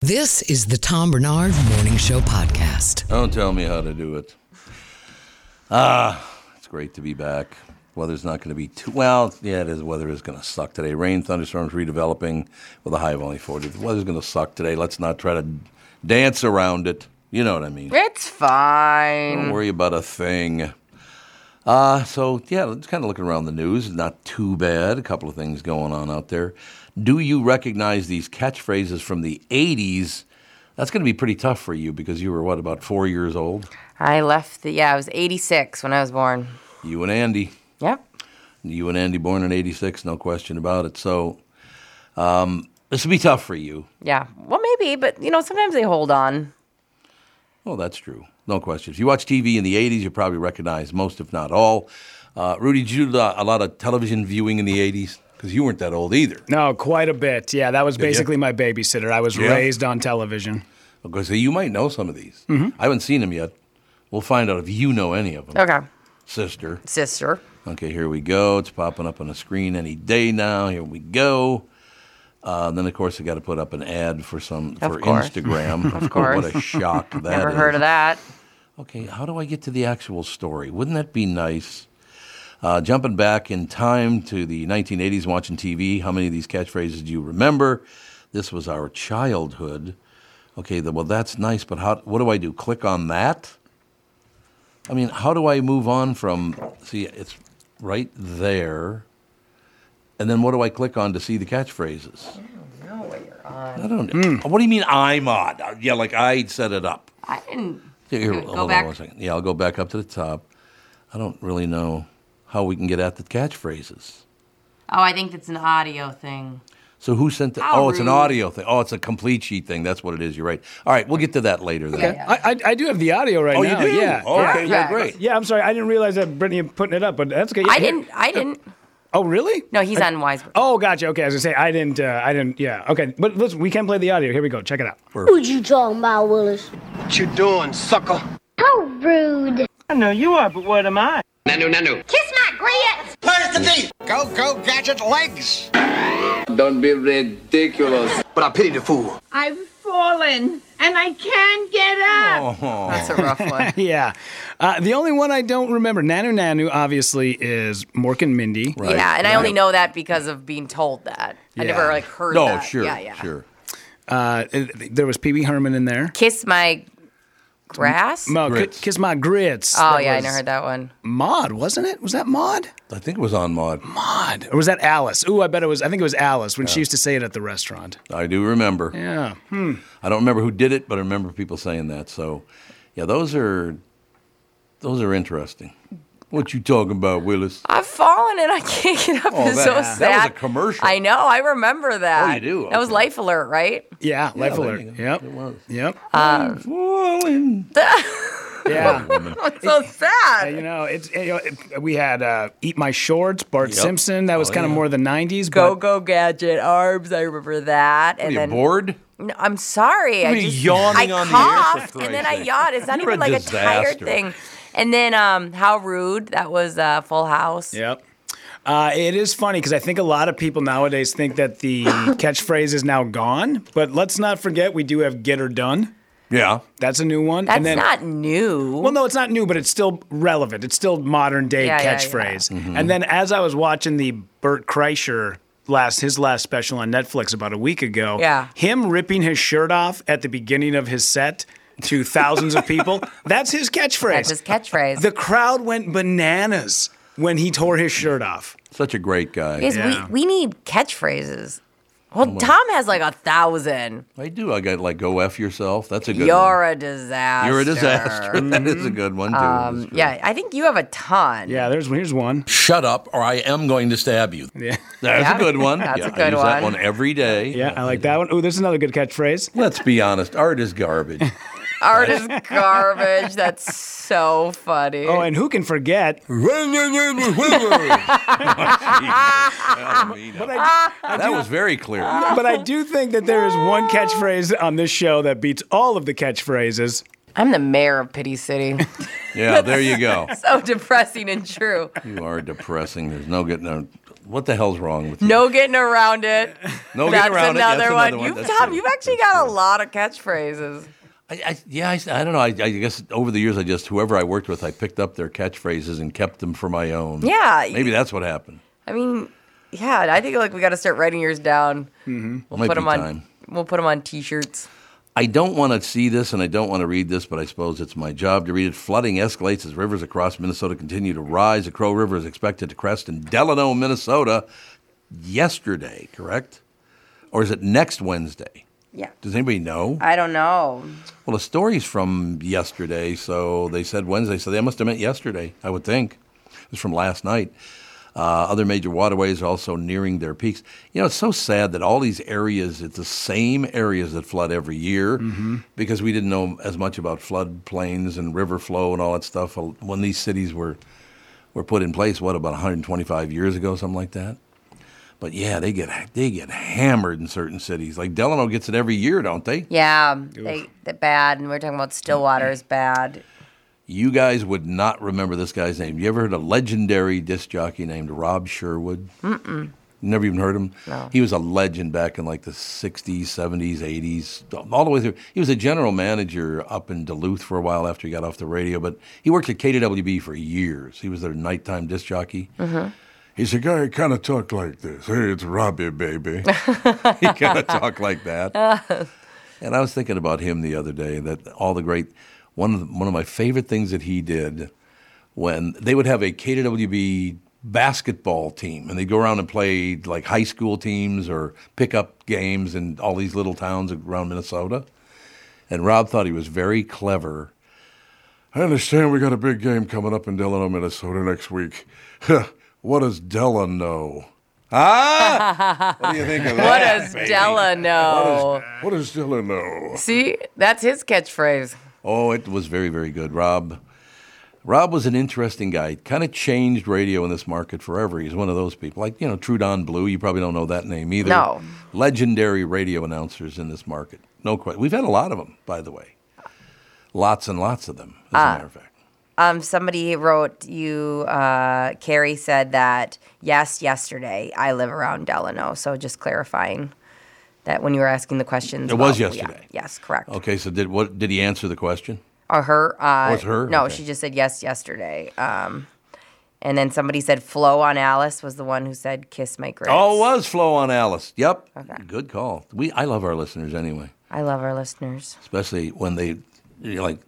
Speaker 2: This is the Tom Bernard Morning Show Podcast.
Speaker 1: Don't tell me how to do it. Ah, it's great to be back. Weather's not going to be too well. Yeah, it is. Weather is going to suck today. Rain, thunderstorms redeveloping with a high of only 40. The weather's going to suck today. Let's not try to dance around it. You know what I mean.
Speaker 3: It's fine.
Speaker 1: Don't worry about a thing. Uh, so, yeah, just kind of looking around the news. Not too bad. A couple of things going on out there. Do you recognize these catchphrases from the 80s? That's going to be pretty tough for you because you were, what, about four years old?
Speaker 3: I left the, yeah, I was 86 when I was born.
Speaker 1: You and Andy.
Speaker 3: Yep.
Speaker 1: You and Andy born in 86, no question about it. So, um, this will be tough for you.
Speaker 3: Yeah. Well, maybe, but you know, sometimes they hold on.
Speaker 1: Well, that's true. No question. If you watch TV in the 80s, you probably recognize most, if not all. Uh, Rudy, did you do a a lot of television viewing in the 80s? Because you weren't that old either.
Speaker 4: No, quite a bit. Yeah, that was
Speaker 1: ya?
Speaker 4: basically my babysitter. I was
Speaker 1: Yeah.
Speaker 4: raised on television.
Speaker 1: Okay, so you might know some of these. I haven't seen them yet. We'll find out if you know any of them.
Speaker 3: Okay.
Speaker 1: Sister.
Speaker 3: Sister.
Speaker 1: Okay, here we go. It's popping up on the screen any day now. Here we go. Uh, then, of course, I got to put up an ad for some
Speaker 3: Of
Speaker 1: for
Speaker 3: course.
Speaker 1: Instagram.
Speaker 3: Of course.
Speaker 1: what a shock that
Speaker 3: Never
Speaker 1: is.
Speaker 3: heard of that.
Speaker 1: Okay, how do I get to the actual story? Wouldn't that be nice? Uh, jumping back in time to the 1980s, watching TV, how many of these catchphrases do you remember? This was our childhood. Okay, the, well, that's nice, but how, what do I do? Click on that? I mean, how do I move on from, see, it's right there. And then what do I click on to see the catchphrases?
Speaker 3: No way you're on.
Speaker 1: I don't What do you mean I'm on? Uh, Yeah, like I set it up.
Speaker 3: I didn't.
Speaker 1: Yeah, here,
Speaker 3: Go
Speaker 1: hold on
Speaker 3: back.
Speaker 1: one second. Yeah, I'll go back up to the top. I don't really know how we can get at the catchphrases.
Speaker 3: Oh, I think it's an audio thing.
Speaker 1: So who sent the?
Speaker 3: How
Speaker 1: oh, it's an
Speaker 3: rude.
Speaker 1: audio thing. Oh, it's a complete sheet thing. That's what it is. You're right. All right, we'll get to that later. Then.
Speaker 4: Okay. I, I, I do have the audio right
Speaker 1: Oh, you
Speaker 4: now.
Speaker 1: do?
Speaker 4: Yeah.
Speaker 1: Oh, okay,
Speaker 3: yeah,
Speaker 1: great.
Speaker 4: Yeah, I'm sorry. I didn't realize that Brittany had putting it up, but that's okay. Yeah,
Speaker 3: I
Speaker 4: here-
Speaker 3: didn't. I didn't.
Speaker 4: Oh, really?
Speaker 3: No, he's
Speaker 4: I-
Speaker 3: on Wiseburg.
Speaker 4: Oh, gotcha. Okay, I was gonna say I didn't. Uh, I didn't. Yeah. Okay, but listen, we can play the audio. Here we go. Check it out.
Speaker 12: What you talking about, Willis?
Speaker 13: What you doing, sucker?
Speaker 12: Oh, rude.
Speaker 13: I know you are, but what am I? Nanu, nanu.
Speaker 12: Kiss my grits.
Speaker 13: Where's the teeth? Go, go, gadget legs. Don't be ridiculous. But I pity the fool.
Speaker 14: I've fallen and I can't get up.
Speaker 4: That's
Speaker 14: a
Speaker 1: Oh.
Speaker 14: rough one.
Speaker 4: yeah. Uh, the only one I don't remember, Nanu Nanu, obviously, is Mork and Mindy.
Speaker 3: Yeah, and I only know that because of being told that. I never
Speaker 4: Yeah.
Speaker 3: like heard.
Speaker 4: No,
Speaker 3: that.
Speaker 4: sure,
Speaker 3: Yeah, yeah.
Speaker 1: Sure.
Speaker 4: Uh, th- there was Pee Wee Herman in there.
Speaker 3: Kiss my grass.
Speaker 4: Mo, ki- Kiss My Grits.
Speaker 3: Oh
Speaker 4: That
Speaker 3: yeah, I
Speaker 4: was
Speaker 3: never heard that one.
Speaker 4: Maud, wasn't it? Was that Maud?
Speaker 1: I think it was on Maud.
Speaker 4: Maud. Or was that Alice? Ooh, I bet it was. I think it was Alice when she used to say it at the restaurant.
Speaker 1: I do remember.
Speaker 4: Yeah. Hmm.
Speaker 1: I don't remember who did it, but I remember people saying that. So, yeah, those are those are interesting. What you talking about, Willis?
Speaker 3: I've fallen and I can't get up.
Speaker 1: Oh,
Speaker 3: it's
Speaker 1: that-
Speaker 3: so
Speaker 1: that was
Speaker 3: sad.
Speaker 1: a commercial. Oh,
Speaker 3: I know. I remember that.
Speaker 1: you do?
Speaker 3: That was
Speaker 1: Okay.
Speaker 3: Life Alert, right?
Speaker 4: Yeah,
Speaker 1: Yeah,
Speaker 4: Life
Speaker 1: there
Speaker 4: Alert.
Speaker 1: you go.
Speaker 4: Yep. Yep.
Speaker 3: Um,
Speaker 4: yeah.
Speaker 3: It's so sad.
Speaker 4: you know, it's you know, it- we had uh, Eat My Shorts, Bart
Speaker 3: Yep.
Speaker 4: Simpson. That was
Speaker 3: Oh,
Speaker 4: kind of
Speaker 3: yeah.
Speaker 4: more the '90s.
Speaker 3: Go
Speaker 4: but
Speaker 3: Go Gadget Arms. I remember that.
Speaker 4: are
Speaker 3: And
Speaker 4: you,
Speaker 3: then
Speaker 1: bored?
Speaker 3: No, I'm sorry.
Speaker 1: What are
Speaker 3: I
Speaker 1: you
Speaker 3: just
Speaker 1: yawning
Speaker 3: I
Speaker 1: on the air for
Speaker 3: coughed
Speaker 1: Christ's
Speaker 3: and then I
Speaker 1: sake?
Speaker 3: yawned. It's not
Speaker 1: You're
Speaker 3: even
Speaker 1: a
Speaker 3: like a
Speaker 1: disaster.
Speaker 3: tired thing. And then um, how rude that was. Uh, Full House.
Speaker 4: Yep. Uh, it is funny because I think a lot of people nowadays think that the catchphrase is now gone. But let's not forget we do have "Get Her Done."
Speaker 1: Yeah.
Speaker 4: That's a new one.
Speaker 3: That's not new.
Speaker 4: Well, no, it's not new, but it's still relevant. It's still modern day
Speaker 3: Yeah, yeah,
Speaker 4: catchphrase.
Speaker 3: yeah. Mhm.
Speaker 4: And then as I was watching the Burt Kreischer last his last special on Netflix about a week ago,
Speaker 3: Yeah.
Speaker 4: him ripping his shirt off at the beginning of his set to thousands of people, that's his catchphrase.
Speaker 3: That's his catchphrase.
Speaker 4: The crowd went bananas when he tore his shirt off.
Speaker 1: Such a great guy.
Speaker 3: Guys, we, we need catchphrases. Well,
Speaker 1: well.
Speaker 3: Tom has like a thousand.
Speaker 1: I do. I got like go f yourself. That's a good.
Speaker 3: You're
Speaker 1: one.
Speaker 3: a disaster.
Speaker 1: You're a disaster. that is a good one too.
Speaker 3: Um, yeah, I think you have a ton.
Speaker 4: Yeah, there's here's one.
Speaker 1: Shut up, or I am going to stab you.
Speaker 4: Yeah,
Speaker 1: that's
Speaker 3: Yeah.
Speaker 1: a good one.
Speaker 3: That's
Speaker 1: yeah,
Speaker 3: a good
Speaker 1: I use that
Speaker 3: one.
Speaker 1: one every day.
Speaker 4: Yeah, I like that one. Oh, there's another good catchphrase.
Speaker 1: Let's be honest. Art is garbage.
Speaker 3: Art is garbage. That's so funny.
Speaker 4: Oh, and who can forget?
Speaker 1: that was very clear.
Speaker 4: but I do think that there is one catchphrase on this show that beats all of the catchphrases.
Speaker 3: I'm the mayor of Pity City.
Speaker 1: Yeah, there you go.
Speaker 3: so depressing and true.
Speaker 1: You are depressing. There's no getting. No, what the hell's wrong with you?
Speaker 3: No getting around it.
Speaker 1: No
Speaker 3: That's
Speaker 1: getting around it.
Speaker 3: another
Speaker 1: That's
Speaker 3: one.
Speaker 1: another one.
Speaker 3: You've,
Speaker 1: That's
Speaker 3: Tom, you've actually got a lot of catchphrases.
Speaker 1: I, yeah, I, s- I don't know. I, I guess over the years, I just whoever I worked with, I picked up their catchphrases and kept them for my own.
Speaker 3: Yeah.
Speaker 1: maybe that's what happened.
Speaker 3: I mean, yeah, I think like we got to start writing yours down. Mm-hmm. We'll
Speaker 1: Might
Speaker 3: put
Speaker 1: be
Speaker 3: them on.
Speaker 1: time.
Speaker 3: We'll put them on T-shirts.
Speaker 1: I don't want to see this and I don't want to read this, but I suppose it's my job to read it. Flooding escalates as rivers across Minnesota continue to rise. The Crow River is expected to crest in Delano, Minnesota yesterday, correct? Or is it next Wednesday?
Speaker 3: Yeah.
Speaker 1: Does anybody know?
Speaker 3: I don't know.
Speaker 1: Well, the story's from yesterday, so they said Wednesday, so they must have meant yesterday, I would think. It was from last night. Uh, other major waterways are also nearing their peaks. You know, it's so sad that all these areas, it's the same areas that flood every year because we didn't know as much about floodplains and river flow and all that stuff Uh, when these cities were, were put in place, what, about 125 years ago, something like that? But yeah, they get they get hammered in certain cities. Like Delano gets it every year, don't they?
Speaker 3: Yeah, they, they're bad, and we're talking about Stillwater is bad.
Speaker 1: You guys would not remember this guy's name. You ever heard a legendary disc jockey named Rob Sherwood?
Speaker 3: Mm-mm.
Speaker 1: Never even heard him.
Speaker 3: No.
Speaker 1: He was a legend back in like the 60s, 70s, 80s, all the way through. He was a general manager up in Duluth for a while after he got off the radio, but he worked at KWB for years. He was their nighttime disc jockey.
Speaker 15: Mm-hmm.
Speaker 1: He's a guy who kind of talked like this. Hey, it's Robbie, baby. he kind of talked like that. And I was thinking about him the other day. That all the great one of the, one of my favorite things that he did when they would have a KWB basketball team, and they'd go around and play like high school teams or pickup games in all these little towns around Minnesota. And Rob thought he was very clever.
Speaker 15: I understand we got a big game coming up in Delano, Minnesota next week. what does Della know? Ah! what do you think of
Speaker 3: What
Speaker 15: that?
Speaker 3: does
Speaker 15: baby?
Speaker 3: Della know?
Speaker 15: What does Della know?
Speaker 3: See, that's his catchphrase.
Speaker 1: Oh, it was very, very good. Rob Rob was an interesting guy. Kind of changed radio in this market forever. He's one of those people. Like, you know, Trudon Blue, you probably don't know that name either.
Speaker 3: No.
Speaker 1: Legendary radio announcers in this market. No question. We've had a lot of them, by the way. Lots and lots of them, as a
Speaker 3: Ah.
Speaker 1: matter of fact.
Speaker 3: Um, somebody wrote you. Uh, Carrie said that yes, yesterday. I live around Delano, so just clarifying that when you were asking the questions,
Speaker 1: It was
Speaker 3: about-
Speaker 1: yesterday.
Speaker 3: yeah, yes, correct.
Speaker 1: Okay, so did what did he answer the question?
Speaker 3: Or her? Uh,
Speaker 1: Oh, it's her?
Speaker 3: No,
Speaker 1: Okay.
Speaker 3: she just said yes yesterday. Um, and then somebody said Flo on Alice was the one who said kiss my grits.
Speaker 1: Oh, it was Flo on Alice. Yep. Good call. We I love our listeners anyway.
Speaker 3: I love our listeners.
Speaker 1: Especially when they you know, like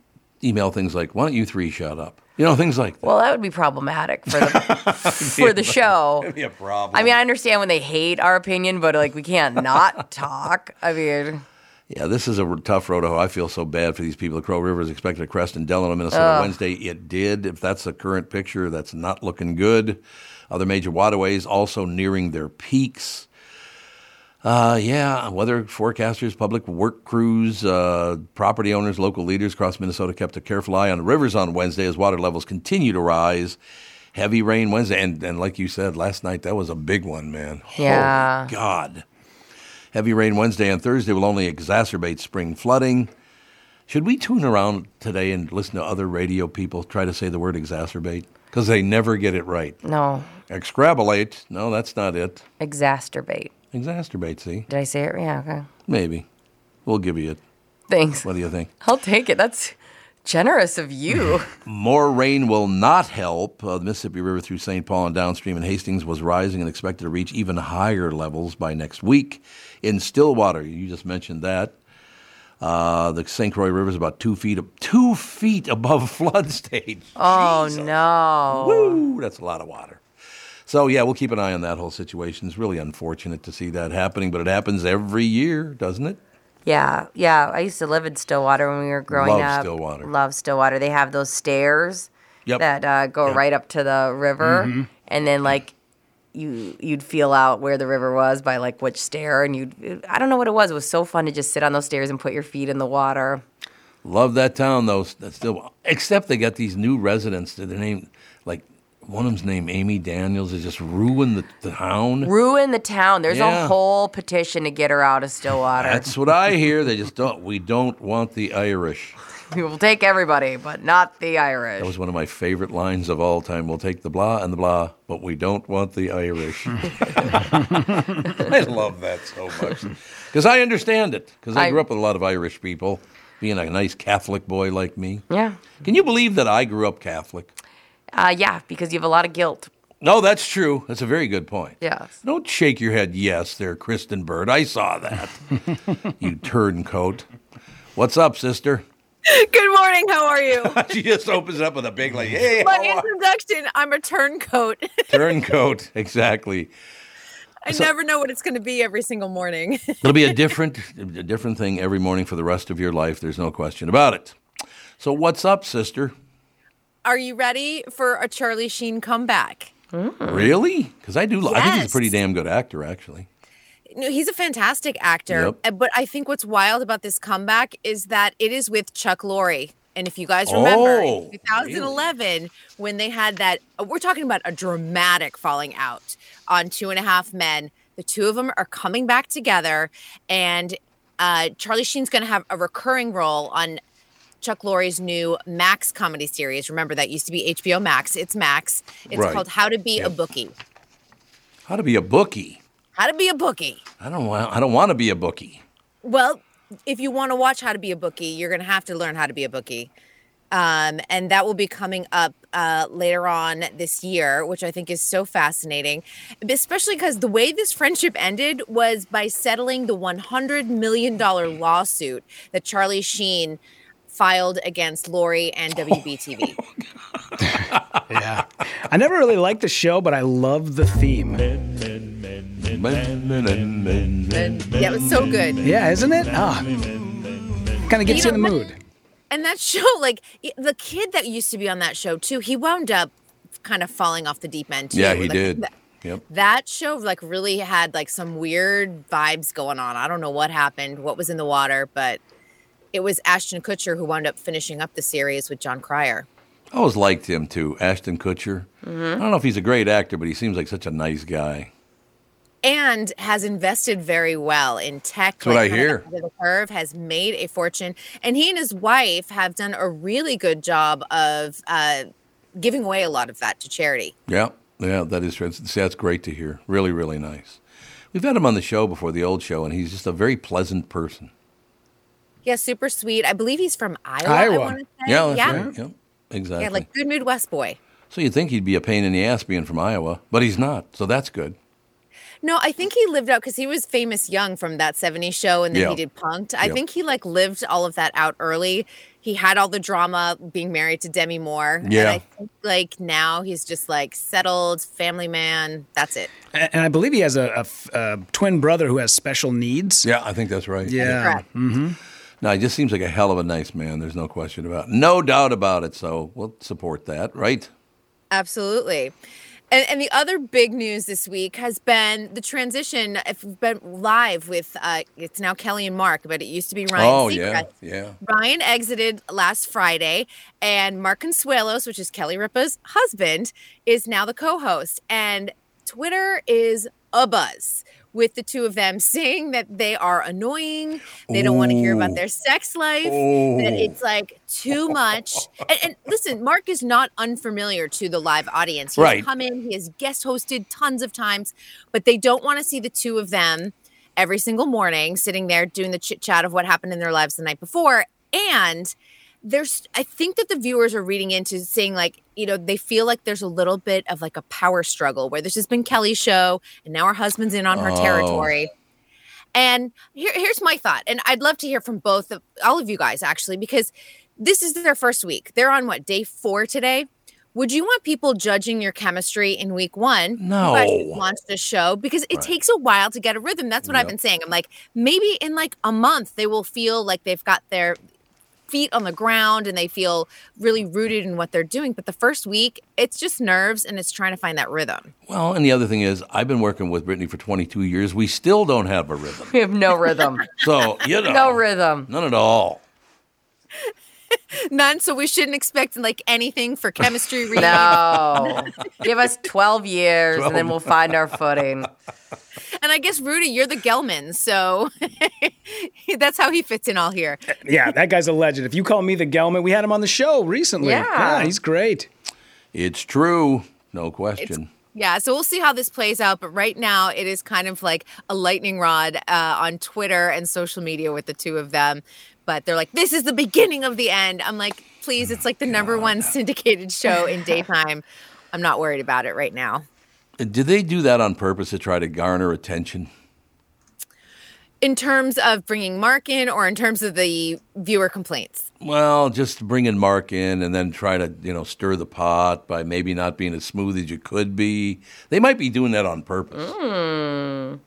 Speaker 1: email things like, Why don't you three shut up? You know, things like
Speaker 3: Well, that would be problematic for the for the show.
Speaker 1: That'd be a problem.
Speaker 3: I mean, I understand when they hate our opinion, but like we can't not talk. I mean,
Speaker 1: Yeah, this is a r- tough road to hoe. I feel so bad for these people. The Crow River is expected to crest in Delano, Minnesota
Speaker 3: Ugh.
Speaker 1: Wednesday. It did. If that's the current picture, that's not looking good. Other major waterways also nearing their peaks. Uh, yeah, weather forecasters, public work crews, uh, property owners, local leaders across Minnesota kept a careful eye on the rivers on Wednesday as water levels continue to rise. Heavy rain Wednesday, and, and like you said last night, that was a big one, man.
Speaker 3: Yeah.
Speaker 1: Holy God. Heavy rain Wednesday and Thursday will only exacerbate spring flooding. Should we tune around today and listen to other radio people try to say the word exacerbate? Because they never get it right.
Speaker 3: no,
Speaker 1: Extrapolate. No, that's not it.
Speaker 3: exacerbate.
Speaker 1: Exacerbate, see?
Speaker 3: Did I say it? Yeah. Okay.
Speaker 1: Maybe. We'll give you it.
Speaker 3: Thanks.
Speaker 1: What do you think?
Speaker 3: I'll take it. That's generous of you.
Speaker 1: More rain will not help. Uh, the Mississippi River through St. Paul and downstream in Hastings was rising and expected to reach even higher levels by next week. In Stillwater, you just mentioned that. Uh, the St. Croix River is about two feet two feet above flood stage.
Speaker 3: oh no.
Speaker 1: Woo, that's a lot of water. So yeah, we'll keep an eye on that whole situation. It's really unfortunate to see that happening, but it happens every year, doesn't it?
Speaker 3: Yeah, yeah. I used to live in Stillwater when we were growing
Speaker 1: Love
Speaker 3: up.
Speaker 1: Stillwater.
Speaker 3: Love Stillwater. They have those stairs
Speaker 1: Yep.
Speaker 3: that uh, go
Speaker 1: Yep.
Speaker 3: right up to the river,
Speaker 1: Mhm.
Speaker 3: and then like you you'd feel out where the river was by like which stair, and you I don't know what it was. It was so fun to just sit on those stairs and put your feet in the water.
Speaker 1: Love that town though. s- that's Still, except they got these new residents. that Their name, like one of them's named Amy Daniels, has just ruined the, the town.
Speaker 3: Ruin the town. There's
Speaker 1: Yeah.
Speaker 3: a whole petition to get her out of Stillwater.
Speaker 1: That's what I hear. They just don't. We don't want the Irish.
Speaker 3: we will take everybody, but not the Irish.
Speaker 1: That was one of my favorite lines of all time. We'll take the blah and the blah, but we don't want the Irish. I love that so much because I understand it. Because I,
Speaker 3: I-
Speaker 1: grew up with a lot of Irish people. Being a nice Catholic boy like me.
Speaker 3: Yeah.
Speaker 1: Can you believe that I grew up Catholic?
Speaker 3: Uh, yeah, because you have a lot of guilt.
Speaker 1: No, that's true. That's a very good point.
Speaker 3: Yes.
Speaker 1: Don't shake your head. Yes, there, Kristen Bird. I saw that. you turncoat. What's up, sister?
Speaker 11: Good morning. How are you?
Speaker 1: she just opens it up with a big like, hey,
Speaker 11: My introduction. I'm a turncoat.
Speaker 1: turncoat. Exactly.
Speaker 11: I never know what it's going to be every single morning.
Speaker 1: It'll be a different, a different thing every morning for the rest of your life. There's no question about it. So, what's up, sister?
Speaker 11: Are you ready for a Charlie Sheen comeback?
Speaker 1: Really? Because I do. lo- I think he's a pretty damn good actor, actually.
Speaker 11: No, he's a fantastic actor.
Speaker 1: Yep.
Speaker 11: uh, But I think what's wild about this comeback is that it is with Chuck Lorre. And if you guys remember, in
Speaker 9: Oh,
Speaker 11: 2011, when they had that, uh, we're talking about a dramatic falling out on Two and a Half Men. The two of them are coming back together, and uh, Charlie Sheen's going to have a recurring role on Chuck Lorre's new Max comedy series. Remember that used to be HBO Max. It's Max. It's
Speaker 1: Right.
Speaker 11: called How to Be a
Speaker 1: Yep.
Speaker 11: Bookie.
Speaker 1: How to be a bookie?
Speaker 11: How to Be a Bookie.
Speaker 1: I don't want. I don't want to be a bookie.
Speaker 11: Well, if you want to watch How to Be a Bookie, you're going to have to learn how to be a bookie. Um, and that will be coming up uh, later on this year, which I think is so fascinating, especially because the way this friendship ended was by settling the $100 million lawsuit that Charlie Sheen filed against Lori and WBTV.
Speaker 4: yeah. I never really liked the show, but I love the theme.
Speaker 11: Yeah, it was so good.
Speaker 4: Yeah, isn't it? Ah, kind of gets you in the mood.
Speaker 11: And that show, like i- the kid that used to be on that show too, he wound up kind of falling off the deep end too.
Speaker 1: Yeah, he
Speaker 11: Like,
Speaker 1: did.
Speaker 11: th-
Speaker 1: Yep.
Speaker 11: That show like really had like some weird vibes going on. I don't know what happened, what was in the water, but it was Ashton Kutcher who wound up finishing up the series with John Cryer.
Speaker 1: I always liked him too, Ashton Kutcher.
Speaker 11: Mhm.
Speaker 1: I don't know if he's a great actor, but he seems like such a nice guy.
Speaker 11: and has invested very well in tech.
Speaker 1: That's what
Speaker 11: like,
Speaker 1: I
Speaker 11: kind of
Speaker 1: hear.
Speaker 11: ahead of The curve has made a fortune, and he and his wife have done a really good job of uh, giving away a lot of that to charity.
Speaker 1: Yeah, yeah, that is true. See, that's great to hear. Really, really nice. We've had him on the show before, the old show, and he's just a very pleasant person.
Speaker 11: Yeah, super sweet. I believe he's from Iowa. I wanna say.
Speaker 1: yeah, that's
Speaker 11: yeah,
Speaker 1: right. Yep, exactly.
Speaker 11: yeah, like good Midwest boy.
Speaker 1: so you'd think he'd be a pain in the ass being from Iowa, but he's not. So that's good.
Speaker 11: No, I think he lived out because he was famous young from that 70s show and then
Speaker 1: Yeah.
Speaker 11: he did Punked. I
Speaker 1: Yep.
Speaker 11: think he like lived all of that out early. He had all the drama being married to Demi Moore. And
Speaker 4: Yeah.
Speaker 11: I think like now he's just like settled, family man. That's it.
Speaker 4: And and I believe he has a, a f- a twin brother who has special needs.
Speaker 1: Yeah, I think that's right.
Speaker 4: Yeah.
Speaker 1: hmm.
Speaker 11: Correct.
Speaker 4: Mm-hmm.
Speaker 1: No, he just seems like a hell of a nice man. There's no question about it. No doubt about it. So we'll support that, right?
Speaker 11: Absolutely. And, and the other big news this week has been the transition. If we've been live with, uh, it's now Kelly and Mark, but it used to be Ryan
Speaker 1: oh, yeah.
Speaker 11: Seacrest.
Speaker 1: Yeah.
Speaker 11: Ryan exited last Friday, and Mark Consuelos, which is Kelly Ripa's husband, is now the co host. And Twitter is abuzz with the two of them saying that they are annoying. They don't want to hear about their sex life, that
Speaker 16: Ooh.
Speaker 11: it's like too much. and, and listen, Mark is not unfamiliar to the live audience. He's
Speaker 16: Right.
Speaker 11: come in, he has guest hosted tons of times, but they don't want to see the two of them every single morning sitting there doing the chit chat of what happened in their lives the night before and there's i think that the viewers are reading into saying like you know they feel like there's a little bit of like a power struggle where this has been kelly's show and now her husband's in on her
Speaker 16: Oh.
Speaker 11: territory and here, here's my thought and i'd love to hear from both of all of you guys actually because this is their first week they're on what day four today would you want people judging your chemistry in week one?
Speaker 16: No.
Speaker 11: You guys just launched a show because it
Speaker 16: Right.
Speaker 11: takes a while to get a rhythm. That's what I've
Speaker 16: Yep.
Speaker 11: been saying. I'm like, maybe in like a month, they will feel like they've got their feet on the ground and they feel really rooted in what they're doing. But the first week, it's just nerves and it's trying to find that rhythm.
Speaker 1: Well, and the other thing is, I've been working with Brittany for 22 years. We still don't have a rhythm.
Speaker 3: We have no rhythm.
Speaker 1: So, you know,
Speaker 3: No rhythm.
Speaker 1: none at all.
Speaker 11: None. So we shouldn't expect like anything for chemistry reading.
Speaker 3: No. Give us 12 years and then
Speaker 11: 12.
Speaker 3: we'll find our footing.
Speaker 11: And I guess, Rudy, you're the Gelman. So that's how he fits in all here.
Speaker 4: Yeah, that guy's a legend. If you call me the Gelman, we had him on the show recently.
Speaker 11: Yeah.
Speaker 4: he's great.
Speaker 1: It's true. No question.
Speaker 11: Yeah, so we'll see how this plays out. But right now, it is kind of like a lightning rod uh, on Twitter and social media with the two of them. But they're like, this is the beginning of the end. I'm like, please, it's like the number one syndicated show in daytime. I'm not worried about it right now.
Speaker 1: Did they do that on purpose to try to garner attention?
Speaker 11: In terms of bringing Mark in or in terms of the viewer complaints?
Speaker 1: Well, just bringing Mark in and then try to, you know, stir the pot by maybe not being as smooth as you could be. They might be doing that on purpose.
Speaker 3: Mm.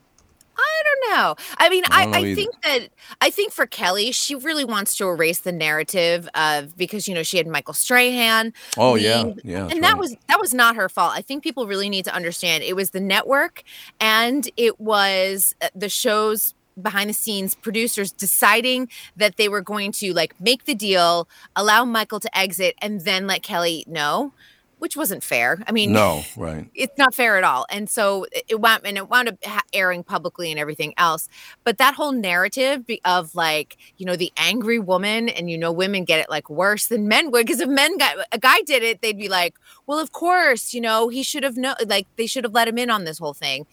Speaker 11: I don't know. I mean, I,
Speaker 1: I don't know
Speaker 11: I,
Speaker 1: either.
Speaker 11: think that I think for Kelly, she really wants to erase the narrative of because you know she had Michael Strahan.
Speaker 1: Oh, yeah.
Speaker 11: leave,
Speaker 1: Yeah, that's
Speaker 11: and that
Speaker 1: right.
Speaker 11: was that was not her fault. I think people really need to understand it was the network and it was uh, the show's behind the scenes producers deciding that they were going to like make the deal, allow Michael to exit, and then let Kelly know, which wasn't fair. I mean,
Speaker 1: No, right.
Speaker 11: it's not fair at all. And so it- it wound and it wound up ha- airing publicly and everything else. But that whole narrative be- of like you know the angry woman and you know women get it like worse than men would because if men got a guy did it they'd be like well of course you know he should have known like they should have let him in on this whole thing.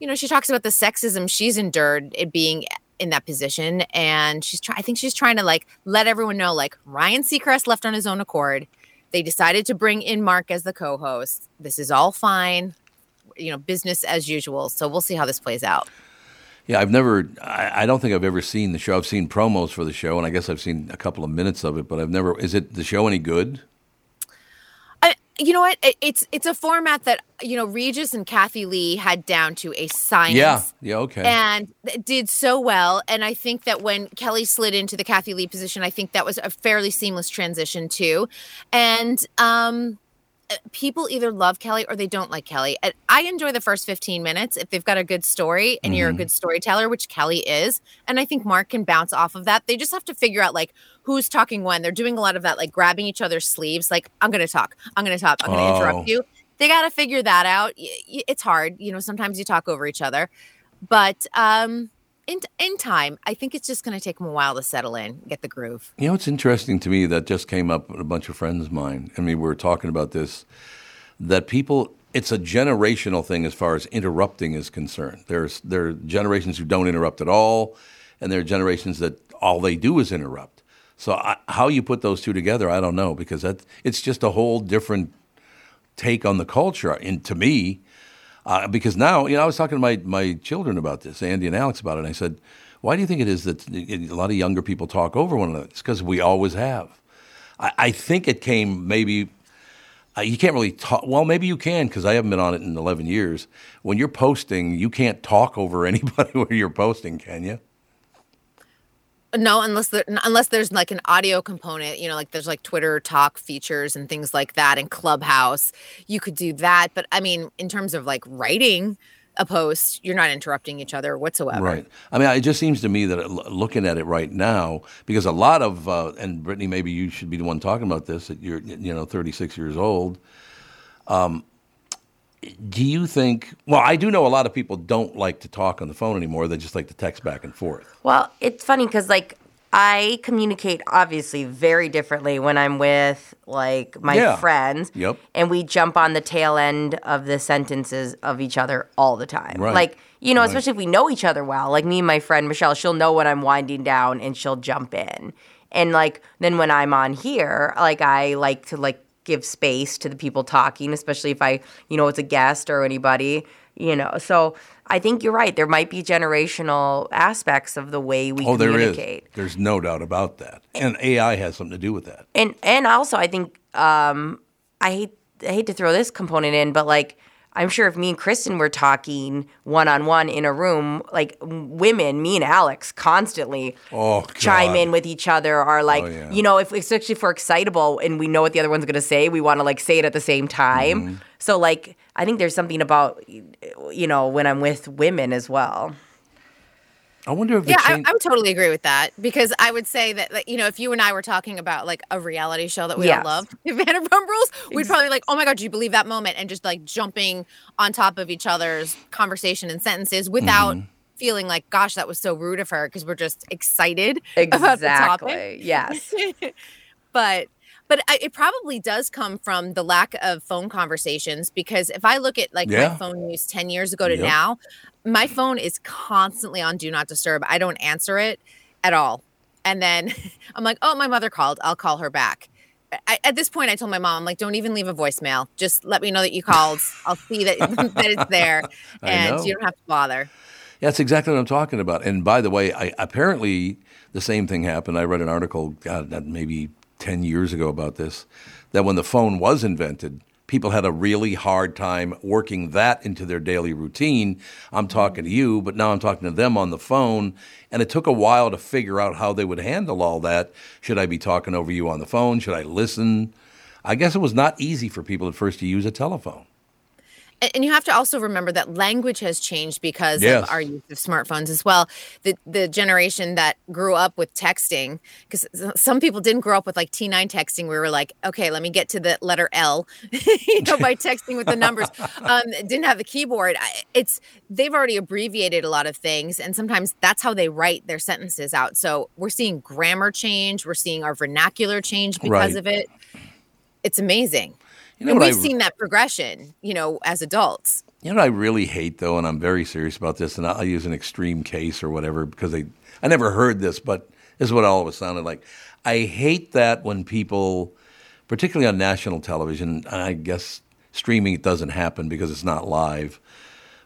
Speaker 11: You know she talks about the sexism she's endured it being in that position and she's trying I think she's trying to like let everyone know like Ryan Seacrest left on his own accord. They decided to bring in Mark as the co-host. This is all fine, you know, business as usual. So we'll see how this plays out.
Speaker 1: Yeah, I've never, I, I don't think I've ever seen the show. I've seen promos for the show, and I guess I've seen a couple of minutes of it, but I've never, is it the show any good?
Speaker 11: I, you know what? It- it's it's a format that you know Regis and Kathy Lee had down to a science.
Speaker 1: Yeah. Yeah, okay.
Speaker 11: And th- did so well. And I think that when Kelly slid into the Kathy Lee position, I think that was a fairly seamless transition too. And um, uh, people either love Kelly or they don't like Kelly. And I enjoy the first 15 minutes if they've got a good story and you're a
Speaker 9: Mhm.
Speaker 11: good storyteller, which Kelly is. And I think Mark can bounce off of that. They just have to figure out like who's talking when. They're doing a lot of that, like grabbing each other's sleeves, like, I'm going to talk, I'm going to talk, I'm going to
Speaker 9: Oh.
Speaker 11: interrupt you. They got to figure that out. Y- y- It's hard. You know, sometimes you talk over each other. But um, in, in time, I think it's just going to take them a while to settle in, get the groove.
Speaker 1: You know, it's interesting to me that just came up with a bunch of friends of mine. I mean, we were talking about this that people, it's a generational thing as far as interrupting is concerned. There's, there are generations who don't interrupt at all, and there are generations that all they do is interrupt. So, I, how you put those two together, I don't know, because that, it's just a whole different take on the culture. And to me, uh, because now, you know, I was talking to my, my children about this, Andy and Alex about it, and I said, why do you think it is that a lot of younger people talk over one another? It's because we always have. I, I think it came maybe, uh, you can't really talk, well, maybe you can because I haven't been on it in 11 years. When you're posting, you can't talk over anybody where you're posting, can you?
Speaker 11: No, unless there, n- unless there's like an audio component, you know, like there's like Twitter talk features and things like that, and Clubhouse, you could do that. But I mean, in terms of like writing a post, you're not interrupting each other whatsoever.
Speaker 1: Right. I mean, it just seems to me that uh, l- looking at it right now, because a lot of, uh, and Brittany, maybe you should be the one talking about this. That you're, you know, 36 years old. Um, do you think? Well, I do know a lot of people don't like to talk on the phone anymore. They just like to text back and forth.
Speaker 3: Well, it's funny because like I communicate obviously very differently when I'm with like my
Speaker 1: Yeah.
Speaker 3: friends.
Speaker 1: Yep.
Speaker 3: And we jump on the tail end of the sentences of each other all the time.
Speaker 9: Right.
Speaker 3: Like, you know,
Speaker 9: Right.
Speaker 3: especially if we know each other well. Like me and my friend Michelle, she'll know when I'm winding down and she'll jump in. And like then when I'm on here, like I like to like give space to the people talking, especially if I, you know, it's a guest or anybody, you know. So I think you're right. There might be generational aspects of the way we
Speaker 1: oh, there
Speaker 3: communicate.
Speaker 1: is. There's no doubt about that. And AI has something to do with that.
Speaker 3: And and also I think um I hate I hate to throw this component in, but like I'm sure if me and Kristen were talking one on one in a room, like w- women, me and Alex constantly
Speaker 1: Oh,
Speaker 3: chime
Speaker 1: God.
Speaker 3: in with each other or like
Speaker 1: Oh, yeah.
Speaker 3: you know if especially if we're excitable and we know what the other one's going to say we want to like say it at the same time
Speaker 1: Mm-hmm.
Speaker 3: so like i think there's something about you know when i'm with women as well
Speaker 1: I wonder
Speaker 11: Yeah, I, I would totally agree with that because I would say that, like, you know, if you and I were talking about like a reality show that we
Speaker 3: Yes.
Speaker 11: all love, Vanderpump Rules, we'd probably be like, oh my God, do you believe that moment? And just like jumping on top of each other's conversation and sentences without
Speaker 3: Mm-hmm.
Speaker 11: feeling like, gosh, that was so rude of her because we're just excited about the
Speaker 3: Exactly,
Speaker 11: topic.
Speaker 3: yes.
Speaker 11: but but I, it probably does come from the lack of phone conversations because if I look at like
Speaker 9: Yeah.
Speaker 11: my phone use 10 years ago to
Speaker 9: Yep.
Speaker 11: now, my phone is constantly on do not disturb. I don't answer it at all. And then I'm like, oh, my mother called. I'll call her back. I, at this point, I told my mom, I'm like, don't even leave a voicemail. Just let me know that you called. I'll see that, that it's there
Speaker 1: I
Speaker 11: and you
Speaker 1: know.
Speaker 11: don't have to bother.
Speaker 1: That's exactly what I'm talking about. And by the way, I, apparently the same thing happened. I read an article, God, that maybe 10 years ago about this, that when the phone was invented, people had a really hard time working that into their daily routine. I'm talking to you, but now I'm talking to them on the phone. And it took a while to figure out how they would handle all that. Should I be talking over you on the phone? Should I listen? I guess it was not easy for people at first to use a telephone.
Speaker 11: And, and you have to also remember that language has changed because
Speaker 1: Yes.
Speaker 11: of our use of smartphones as well. The the generation that grew up with texting, because some people didn't grow up with like T9 texting. We were like, okay, let me get to the letter L, you know, by texting with the numbers. Um, didn't have the keyboard. I- It's they've already abbreviated a lot of things, and sometimes that's how they write their sentences out. So we're seeing grammar change. We're seeing our vernacular change because
Speaker 1: Right.
Speaker 11: of it. It's amazing.
Speaker 1: You know
Speaker 11: and
Speaker 1: what I-
Speaker 11: we've seen that progression, you know, as adults.
Speaker 1: You know what I really hate though, and I'm very serious about this, and I'll use an extreme case or whatever because I I never heard this, but this is what it always sounded like. I hate that when people, particularly on national television, and I guess streaming it doesn't happen because it's not live.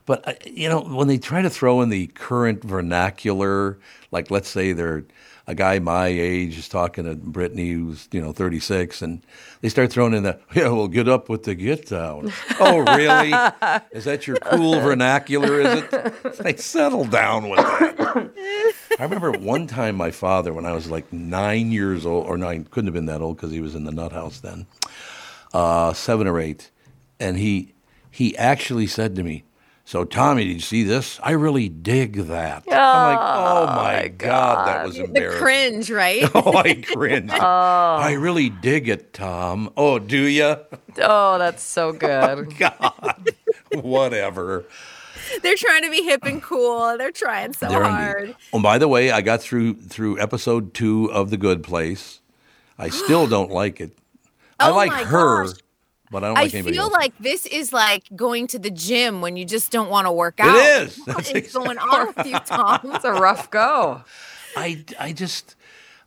Speaker 1: But I- you know, when they try to throw in the current vernacular, like let's say they're a guy my age is talking to Brittany, who's you know 36, and they start throwing in the yeah, well, get up with the get down. oh, really? Is that your cool vernacular? Is it? It's like settle down with that. I remember one time my father, when I was like nine years old, or nine, couldn't have been that old because he was in the nut house then. uh, seven or eight, and he he actually said to me, "So Tommy, did you see this? I really dig that." I'm like, "Oh my god, that was
Speaker 11: The
Speaker 1: embarrassing."
Speaker 11: cringe, right?
Speaker 1: oh, I cringed. I really dig it, Tom. Oh, do you?
Speaker 3: Oh, that's so good.
Speaker 1: God, whatever.
Speaker 11: They're trying to be hip and cool. They're trying so
Speaker 1: They're indeed.
Speaker 11: hard.
Speaker 1: Oh, by the way, I got through through episode two of The Good Place. I still don't like it. I
Speaker 11: Oh
Speaker 1: like
Speaker 11: my
Speaker 1: her, but I don't
Speaker 11: I
Speaker 1: like anybody
Speaker 11: feel
Speaker 1: else.
Speaker 11: like this is like going to the gym when you just don't want to work
Speaker 1: It
Speaker 11: out.
Speaker 1: is.
Speaker 11: What
Speaker 1: That's
Speaker 11: is going on with you, Tom? It's
Speaker 3: a rough go.
Speaker 1: I I just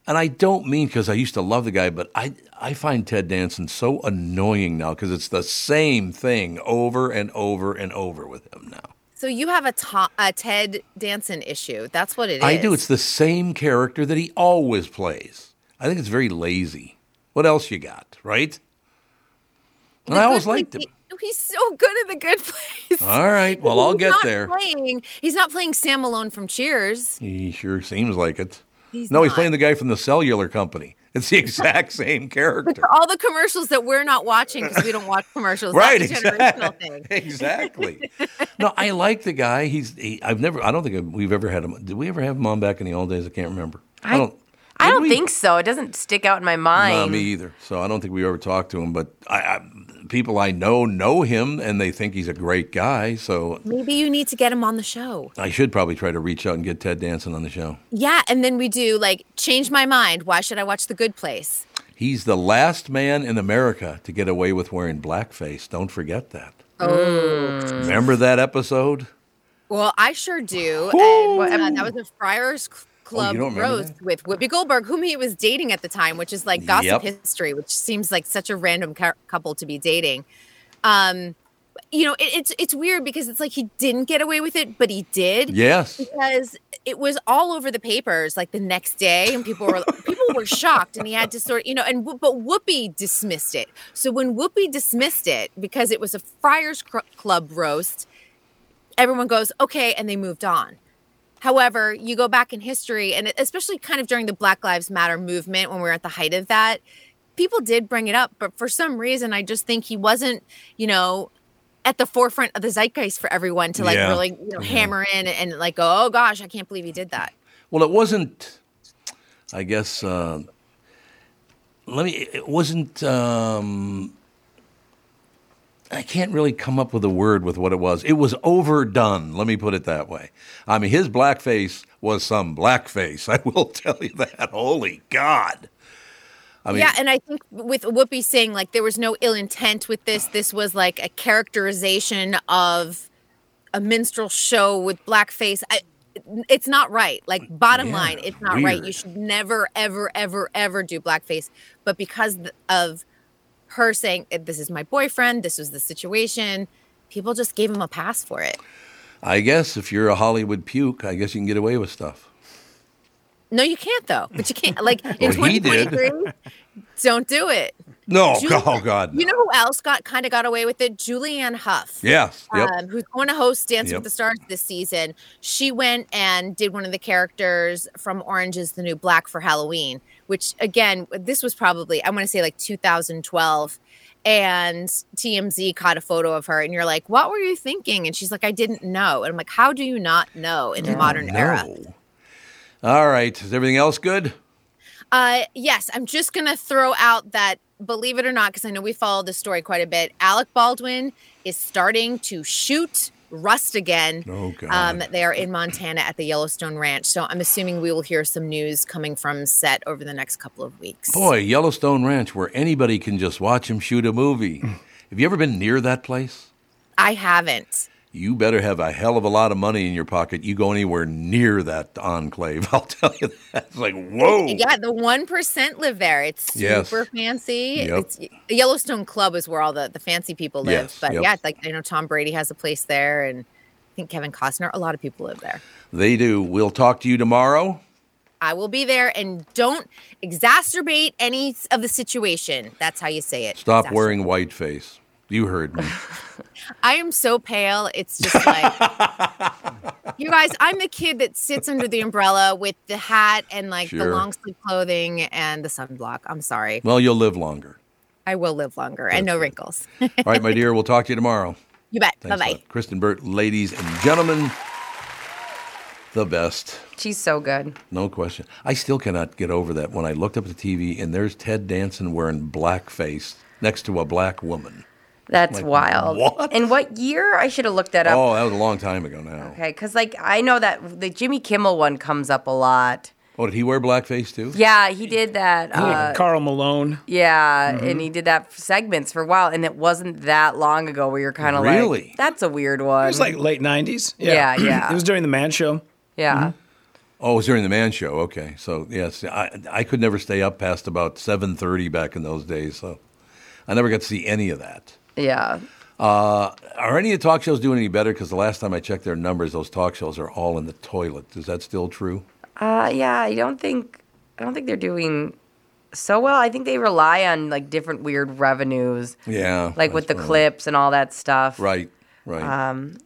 Speaker 1: and I don't mean because I used to love the guy, but I I find Ted Danson so annoying now because it's the same thing over and over and over with him now.
Speaker 11: So you have a, to- a Ted Danson issue. That's what it is.
Speaker 1: I do. It's the same character that he always plays. I think it's very lazy. What else you got, right? And I always liked him.
Speaker 11: He's so good at the good place.
Speaker 1: All right. Well, I'll
Speaker 11: He's
Speaker 1: get
Speaker 11: not
Speaker 1: there.
Speaker 11: Playing, he's not playing Sam Malone from Cheers.
Speaker 1: He sure seems like it.
Speaker 11: He's
Speaker 1: no, he's
Speaker 11: not.
Speaker 1: playing the guy from the cellular company. It's the exact same character.
Speaker 11: All the commercials that we're not watching because we don't watch commercials.
Speaker 1: Right,
Speaker 11: That's a
Speaker 1: exact-
Speaker 11: generational thing.
Speaker 1: exactly. No, I like the guy. He's. He, I've never. I don't think we've ever had him. Did we ever have him on back in the old days? I can't remember. I, don't.
Speaker 3: I don't think so. It doesn't stick out in my
Speaker 1: Not
Speaker 3: mind.
Speaker 1: me either. So I don't think we ever talked to him. But I, I, people I know know him, and they think he's a great guy. So
Speaker 11: Maybe you need to get him on the show.
Speaker 1: I should probably try to reach out and get Ted Danson on the show.
Speaker 11: Yeah, and then we do like change my mind. Why should I watch The Good Place?
Speaker 1: He's the last man in America to get away with wearing blackface. Don't forget that.
Speaker 11: Oh.
Speaker 1: Remember that episode?
Speaker 11: Well, I sure do. And uh, that was a Friars Cl- Club
Speaker 1: Oh, don't remember
Speaker 11: roast with Whoopi Goldberg, whom he was dating at the time, which is like gossip
Speaker 1: Yep.
Speaker 11: history, which seems like such a random cou- couple to be dating. Um, you know, it, it's it's weird because it's like he didn't get away with it, but he did.
Speaker 1: Yes.
Speaker 11: because it was all over the papers like the next day, and people were people were shocked, and he had to sort, you know, and Who- but Whoopi dismissed it. So when Whoopi dismissed it because it was a Friars Cr- Club roast, everyone goes okay, and they moved on. However, you go back in history, and e-, especially kind of during the Black Lives Matter movement when we were at the height of that, people did bring it up. But for some reason, I just think he wasn't, you know, at the forefront of the zeitgeist for everyone to like
Speaker 1: Yeah.
Speaker 11: really you know,
Speaker 1: Yeah.
Speaker 11: hammer in and, like go, oh gosh, I can't believe he did that.
Speaker 1: Well, it wasn't. I guess. Uh, let me. It wasn't. Um, I can't really come up with a word with what it was. It was overdone. Let me put it that way. I mean, his blackface was some blackface. I will tell you that. Holy God! I mean,
Speaker 11: yeah, and I think with Whoopi saying like there was no ill intent with this, this was like a characterization of a minstrel show with blackface. I, it's not right. Like bottom
Speaker 9: Yeah,
Speaker 11: line, it's not right. You
Speaker 9: weird.
Speaker 11: should never, ever, ever, ever do blackface. But because th- of her saying "Eh, this is my boyfriend, this was the situation, people just gave him a pass for it.
Speaker 1: I guess if you're a Hollywood puke, I guess you can get away with stuff.
Speaker 11: No, you can't though. But you can't like in
Speaker 1: Well, he did.
Speaker 11: 2023. Don't do it.
Speaker 1: No,
Speaker 11: Ju-
Speaker 1: oh God.
Speaker 11: You know who else got kind of got away with it? Julianne Hough.
Speaker 1: Yes. Yep.
Speaker 11: um, who's going to host Dancing
Speaker 1: Yep.
Speaker 11: with the Stars this season. She went and did one of the characters from Orange is the New Black for Halloween, which again, this was probably, I want to say like 2012. And TMZ caught a photo of her, and you're like, What were you thinking? And she's like, I didn't know. And I'm like, How do you not know in the modern
Speaker 1: no.
Speaker 11: era?
Speaker 1: All right. Is everything else good?
Speaker 11: Uh, yes, I'm just gonna throw out that believe it or not, because I know we follow this story quite a bit. Alec Baldwin is starting to shoot rust again.
Speaker 1: Oh, God.
Speaker 11: Um, they are in Montana at the Yellowstone Ranch, so I'm assuming we will hear some news coming from set over the next couple of weeks.
Speaker 1: Boy, Yellowstone Ranch, where anybody can just watch him shoot a movie. have you ever been near that place?
Speaker 11: I haven't.
Speaker 1: You better have a hell of a lot of money in your pocket. You go anywhere near that enclave, I'll tell you that. It's like, whoa.
Speaker 11: Yeah, the one percent live there. It's
Speaker 1: Oh. Yes.
Speaker 11: super fancy.
Speaker 1: Yep.
Speaker 11: It's the Yellowstone Club is where all the, the fancy people live.
Speaker 1: Yes,
Speaker 11: But
Speaker 1: yep.
Speaker 11: yeah, it's like I know Tom Brady has a place there, and I think Kevin Costner. A lot of people live there.
Speaker 1: They do. We'll talk to you tomorrow.
Speaker 11: I will be there and don't exacerbate any of the situation. That's how you say it.
Speaker 1: Stop
Speaker 11: Exacerbate.
Speaker 1: wearing whiteface. You heard me.
Speaker 11: I am so pale. It's just like You guys, I'm the kid that sits under the umbrella with the hat and like the
Speaker 1: Sure.
Speaker 11: long sleeve clothing and the sunblock. I'm sorry.
Speaker 1: well, you'll live longer.
Speaker 11: I will live longer and no wrinkles.
Speaker 1: All right, my dear, we'll talk to you tomorrow.
Speaker 11: You bet.
Speaker 1: Thanks a
Speaker 11: Bye bye.
Speaker 1: lot. Kristen Burt, ladies and gentlemen, the best.
Speaker 3: She's so good.
Speaker 1: No question. I still cannot get over that when I looked up at the TV and there's Ted Danson wearing blackface next to a black woman.
Speaker 3: That's
Speaker 1: Like,
Speaker 3: wild.
Speaker 1: what?
Speaker 3: And what year? I should have looked that up.
Speaker 1: Oh, that was a long time ago now.
Speaker 3: Okay, because like I know that the Jimmy Kimmel one comes up a lot.
Speaker 1: Oh, did he wear blackface too?
Speaker 3: Yeah, he did that. Uh,
Speaker 4: Carl Malone.
Speaker 3: yeah,
Speaker 1: Mhm.
Speaker 3: and he did that for segments for a while, and it wasn't that long ago where you're kind of
Speaker 4: Really?
Speaker 3: like, "That's a weird one."
Speaker 4: It was like late 90s.
Speaker 3: Yeah, yeah.
Speaker 4: it was during the man show.
Speaker 3: yeah.
Speaker 1: Oh, it was during the Man Show. Okay, so yes, I I could never stay up past about seven thirty back in those days. So I never got to see any of that.
Speaker 3: Yeah.
Speaker 1: Uh, are any of the talk shows doing any better? Because the last time I checked their numbers, those talk shows are all in the toilet. Is that still true?
Speaker 3: Uh, yeah, I don't think I don't think they're doing so well. I think they rely on like different weird revenues.
Speaker 1: Yeah,
Speaker 3: Like with the
Speaker 1: that's what I-
Speaker 3: clips and all that stuff.
Speaker 1: Right, right.
Speaker 3: Um,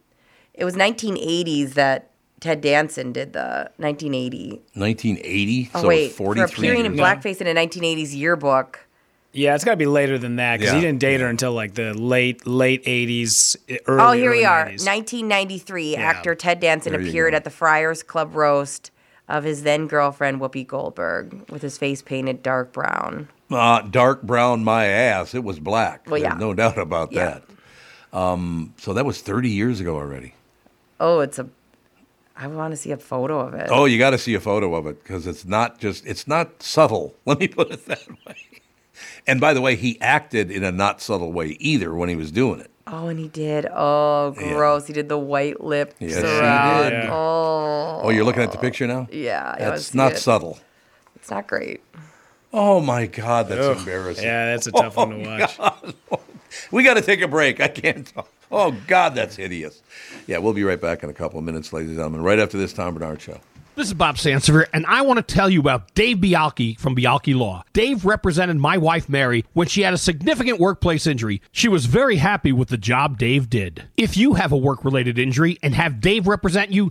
Speaker 3: it was 1980s that Ted Danson did the 1980.
Speaker 1: 1980.
Speaker 3: Oh
Speaker 1: so
Speaker 3: wait, for
Speaker 1: 43
Speaker 3: appearing in
Speaker 1: years.
Speaker 3: blackface in a 1980s yearbook.
Speaker 4: Yeah, it's got to be later than that because
Speaker 1: Yeah.
Speaker 4: he didn't date her until like the late late 80s. i- Early,
Speaker 3: oh, here
Speaker 4: early
Speaker 3: we are,
Speaker 4: 90s.
Speaker 3: 1993.
Speaker 4: Yeah.
Speaker 3: Actor Ted Danson
Speaker 4: There you
Speaker 3: appeared
Speaker 4: go.
Speaker 3: at the Friars Club roast of his then girlfriend Whoopi Goldberg with his face painted dark brown.
Speaker 1: Uh, dark brown, my ass. It was black.
Speaker 3: Well,
Speaker 1: There's
Speaker 3: yeah.
Speaker 1: no doubt about
Speaker 3: Yeah.
Speaker 1: that. Um, so that was 30 years ago already.
Speaker 3: Oh, it's a. I want to see a photo of it.
Speaker 1: Oh, you got to see a photo of it because it's not just it's not subtle. Let me put it that way. And by the way, he acted in a not subtle way either when he was doing it.
Speaker 3: Oh, and he did. Oh,
Speaker 1: Yeah.
Speaker 3: gross. He did the white lip
Speaker 1: Yes, he
Speaker 3: surround.
Speaker 1: did.
Speaker 3: Oh.
Speaker 1: Oh, you're looking at the picture now.
Speaker 3: Yeah, I wanna
Speaker 1: that's
Speaker 3: see
Speaker 1: not
Speaker 3: it.
Speaker 1: subtle.
Speaker 3: It's not great.
Speaker 1: Oh my God, that's
Speaker 4: Ugh.
Speaker 1: embarrassing.
Speaker 4: Yeah, that's a tough
Speaker 1: one
Speaker 4: one to watch.
Speaker 1: We got to take a break. I can't talk. Oh God, that's hideous. Yeah, we'll be right back in a couple of minutes, ladies and gentlemen. Right after this Tom Bernard show.
Speaker 9: This is Bob Sansevier, and I want to tell you about Dave Bialki from Bialki Law. Dave represented my wife, Mary, when she had a significant workplace injury. She was very happy with the job Dave did. If you have a work related injury and have Dave represent you,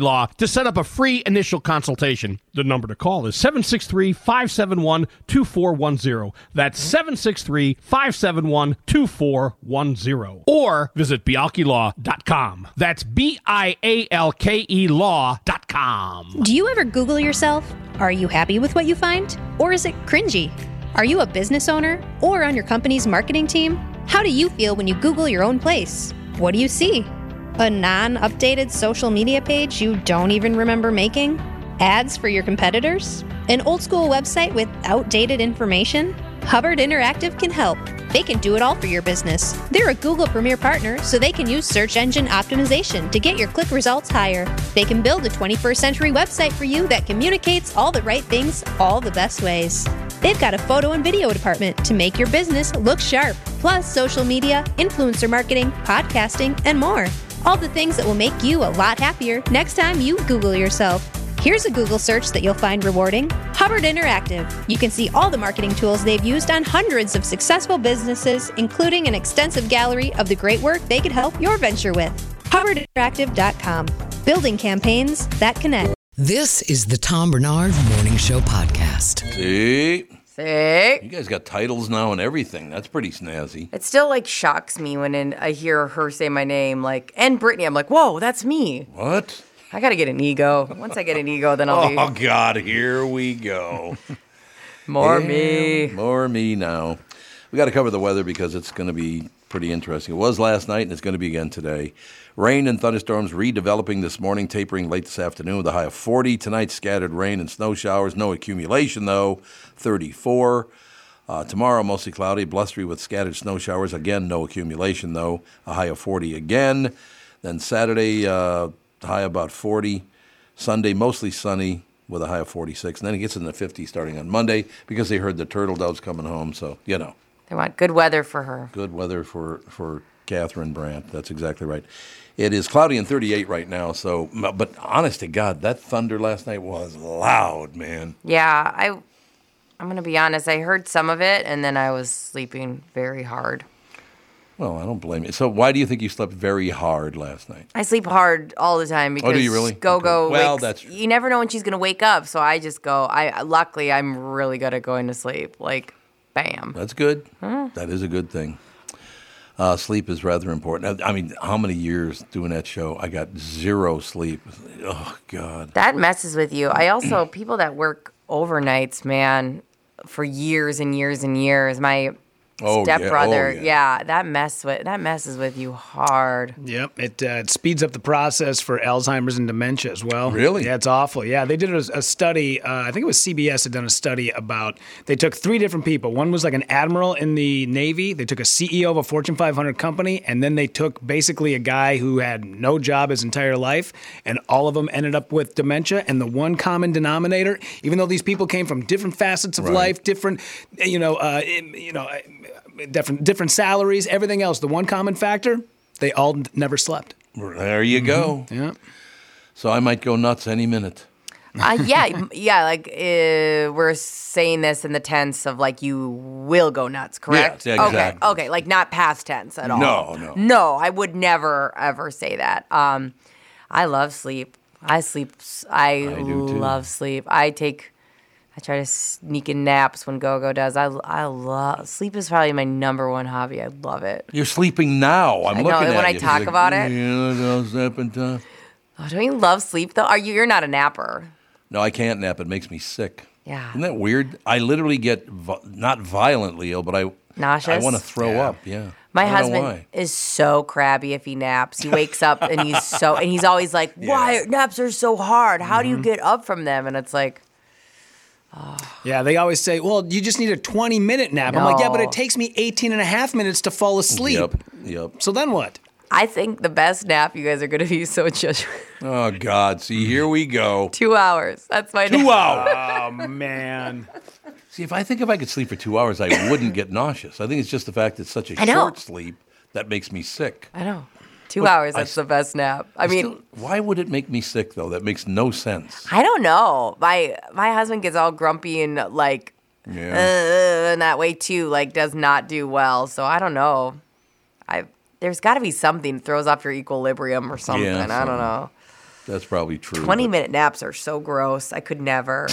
Speaker 9: Law to set up a free initial consultation. The number to call is 763 571 2410. That's 763 571 2410. Or visit bialkilaw.com. That's B I A L K E law.com.
Speaker 7: Do you ever Google yourself? Are you happy with what you find? Or is it cringy? Are you a business owner or on your company's marketing team? How do you feel when you Google your own place? What do you see? A non updated social media page you don't even remember making? Ads for your competitors? An old school website with outdated information? Hubbard Interactive can help. They can do it all for your business. They're a Google Premier partner, so they can use search engine optimization to get your click results higher. They can build a 21st century website for you that communicates all the right things all the best ways. They've got a photo and video department to make your business look sharp, plus social media, influencer marketing, podcasting, and more. All the things that will make you a lot happier next time you Google yourself. Here's a Google search that you'll find rewarding Hubbard Interactive. You can see all the marketing tools they've used on hundreds of successful businesses, including an extensive gallery of the great work they could help your venture with. HubbardInteractive.com, building campaigns that connect.
Speaker 2: This is the Tom Bernard Morning Show podcast.
Speaker 1: See,
Speaker 3: See?
Speaker 1: you guys got titles now and everything. That's pretty snazzy.
Speaker 3: It still like shocks me when in, I hear her say my name, like, and Brittany. I'm like, whoa, that's me.
Speaker 1: What?
Speaker 3: I gotta get an ego. Once I get an ego, then I'll
Speaker 1: oh
Speaker 3: be.
Speaker 1: God, here we go.
Speaker 3: More
Speaker 1: me. More me now. We got to cover the weather because it's going to be pretty interesting. It was last night and it's going to be again today. Rain and thunderstorms redeveloping this morning, tapering late this afternoon with a high of 40. Tonight, scattered rain and snow showers. No accumulation, though. 34. Uh, tomorrow, mostly cloudy, blustery with scattered snow showers. Again, no accumulation, though. A high of 40 again. Then Saturday, uh, high about 40. Sunday, mostly sunny with a high of 46. And then it gets in the 50s starting on Monday because they heard the turtle doves coming home. So, you know,
Speaker 3: I want good weather for her.
Speaker 1: Good weather for for Catherine Brandt. That's exactly right. It is cloudy and 38 right now. So, but honest to God, that thunder last night was loud, man.
Speaker 3: Yeah, I I'm gonna be honest. I heard some of it, and then I was sleeping very hard.
Speaker 1: Well, I don't blame you. So, why do you think you slept very hard last night?
Speaker 3: I sleep hard all the time because
Speaker 1: Oh, do you really?
Speaker 3: Go Go.
Speaker 1: Okay. Well,
Speaker 3: wakes-
Speaker 1: that's true.
Speaker 3: you never know when she's gonna wake up, so I just go. I luckily I'm really good at going to sleep. Like, bam.
Speaker 1: That's good.
Speaker 3: Hmm.
Speaker 1: That is a good thing. Uh, sleep is rather important. I I mean, how many years doing that show? I got zero sleep. Oh God.
Speaker 3: That messes with you. I also people that work overnights, man, for years and years and years. My
Speaker 4: Oh, yeah. Oh,
Speaker 3: stepbrother,
Speaker 4: yeah.
Speaker 3: yeah, that mess with that messes with you hard.
Speaker 4: Yep, it, uh, it speeds up the process for Alzheimer's and dementia as well.
Speaker 1: Really?
Speaker 4: Yeah, it's awful. Yeah, they did a, a study. Uh, I think it was CBS had done a study about. They took three different people. One was like an admiral in the Navy. They took a CEO of a Fortune 500 company, and then they took basically a guy who had no job his entire life, and all of them ended up with dementia. And the one common denominator, even though these people came from different facets of
Speaker 1: Right.
Speaker 4: life, different, you know, uh, you know, different different salaries, everything else. The one common factor, they all n- never slept.
Speaker 1: There you go.
Speaker 3: Mm-hmm.
Speaker 4: Yeah.
Speaker 1: So I might go nuts any minute.
Speaker 3: Uh, yeah, m- yeah, like uh, we're saying this in the tense of like you will go nuts, correct?
Speaker 1: Yes, exactly.
Speaker 3: Okay, okay, like not past tense at all.
Speaker 1: No, no.
Speaker 3: no, I would never ever say that. Um, I love sleep. I sleep. s- I,
Speaker 1: do too.
Speaker 3: love sleep. I take. I try to sneak in naps when GoGo does. I I love sleep is probably my number one hobby. I love it.
Speaker 1: You're sleeping now. I'm
Speaker 3: I know,
Speaker 1: looking
Speaker 3: and
Speaker 1: at
Speaker 3: when I
Speaker 1: you. She's
Speaker 3: talk
Speaker 1: like,
Speaker 3: about it-
Speaker 1: "Yeah, no, sleeping time."
Speaker 3: Oh, don't you love sleep though? Are you? You're not a napper.
Speaker 1: No, I can't nap. It makes me sick.
Speaker 3: Yeah.
Speaker 1: Isn't that weird? I literally get vi- not violently ill, but I I
Speaker 3: Nauseous?
Speaker 1: want to throw
Speaker 3: Yeah.
Speaker 1: up. Yeah.
Speaker 3: My
Speaker 1: I don't know why.
Speaker 3: husband is so crabby if he naps. He wakes up and he's so and he's always like, "Why naps are so hard? How
Speaker 1: Mm-hmm.
Speaker 3: do you get up from them?" And it's like,
Speaker 4: Yeah, they always say, well, you just need a 20 minute nap. I'm like, yeah, but
Speaker 3: No.
Speaker 4: it takes me 18 and a half minutes to fall asleep.
Speaker 1: Yep. Yep.
Speaker 4: So then what?
Speaker 3: I think the best nap you guys are going to be so judgmental.
Speaker 1: Oh God! See, here we go.
Speaker 3: Two hours. That's my
Speaker 1: Two
Speaker 3: nap.
Speaker 1: hours.
Speaker 4: Oh, man.
Speaker 1: See, if I think if I could sleep for two hours, I wouldn't get nauseous. I think it's just the fact that it's such a
Speaker 3: I know.
Speaker 1: short sleep that makes me sick.
Speaker 3: I know. Two
Speaker 1: But
Speaker 3: hours.
Speaker 1: I
Speaker 3: That's the best nap. I mean,
Speaker 1: still- why would it make me sick though? That makes no sense.
Speaker 3: I don't know. My my husband gets all grumpy and like,
Speaker 1: Yeah.
Speaker 3: uh, and that way too. Like, does not do well. So I don't know. I there's got to be something that throws off your equilibrium or something.
Speaker 1: Yeah,
Speaker 3: I don't
Speaker 1: something.
Speaker 3: know.
Speaker 1: That's probably true.
Speaker 3: 20
Speaker 1: but-
Speaker 3: minute naps are so gross. I could never.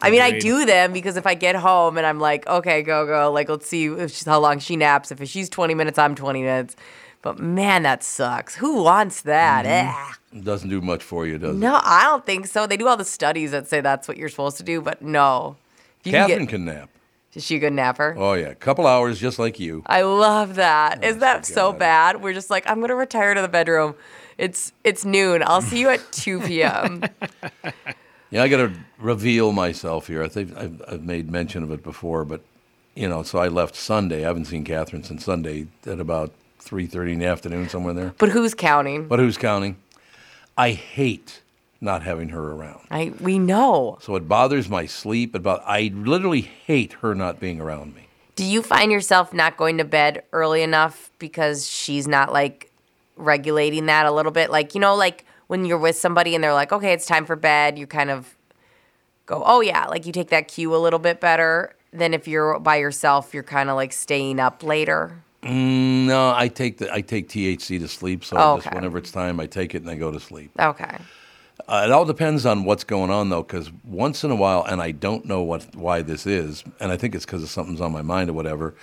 Speaker 3: I mean, I
Speaker 1: Agreed.
Speaker 3: do them because if I get home and I'm like, okay, go, go, like, let's see if she's, how long she naps. If she's 20 minutes, I'm 20 minutes. But man, that sucks. Who wants that? Eh.
Speaker 1: It doesn't do much for you, does it?
Speaker 3: No, I don't think so. They do all the studies that say that's what you're supposed to do, but no. If you
Speaker 1: Catherine can,
Speaker 3: can get,
Speaker 1: nap.
Speaker 3: is she a good napper?
Speaker 1: Oh yeah, a couple hours just like you.
Speaker 3: I love
Speaker 1: Oh,
Speaker 3: that. Is that so bad? We're just like, I'm gonna retire to the bedroom. It's it's noon. I'll see you at 2 p.m.
Speaker 1: Yeah, I got to reveal myself here. I think I've, I've made mention of it before, but you know, so I left Sunday. I haven't seen Catherine since Sunday at about three thirty in the afternoon, somewhere there.
Speaker 3: but who's counting?
Speaker 1: But who's counting? I hate not having her around.
Speaker 3: I we know.
Speaker 1: So it bothers my sleep. It bo- I literally hate her not being around me.
Speaker 3: Do you find yourself not going to bed early enough because she's not like regulating that a little bit? Like, you know, like when you're with somebody and they're like, okay, it's time for bed, you kind of go, oh yeah, like you take that cue a little bit better than if you're by yourself, you're kind of like staying up later.
Speaker 1: Mm, no, I take the I take THC to sleep. So
Speaker 3: Oh,
Speaker 1: just
Speaker 3: okay.
Speaker 1: whenever it's time, I take it and I go to sleep.
Speaker 3: Okay.
Speaker 1: Uh, it all depends on what's going on, though, because once in a while, and I don't know what why this is, and I think it's because something's on my mind or whatever.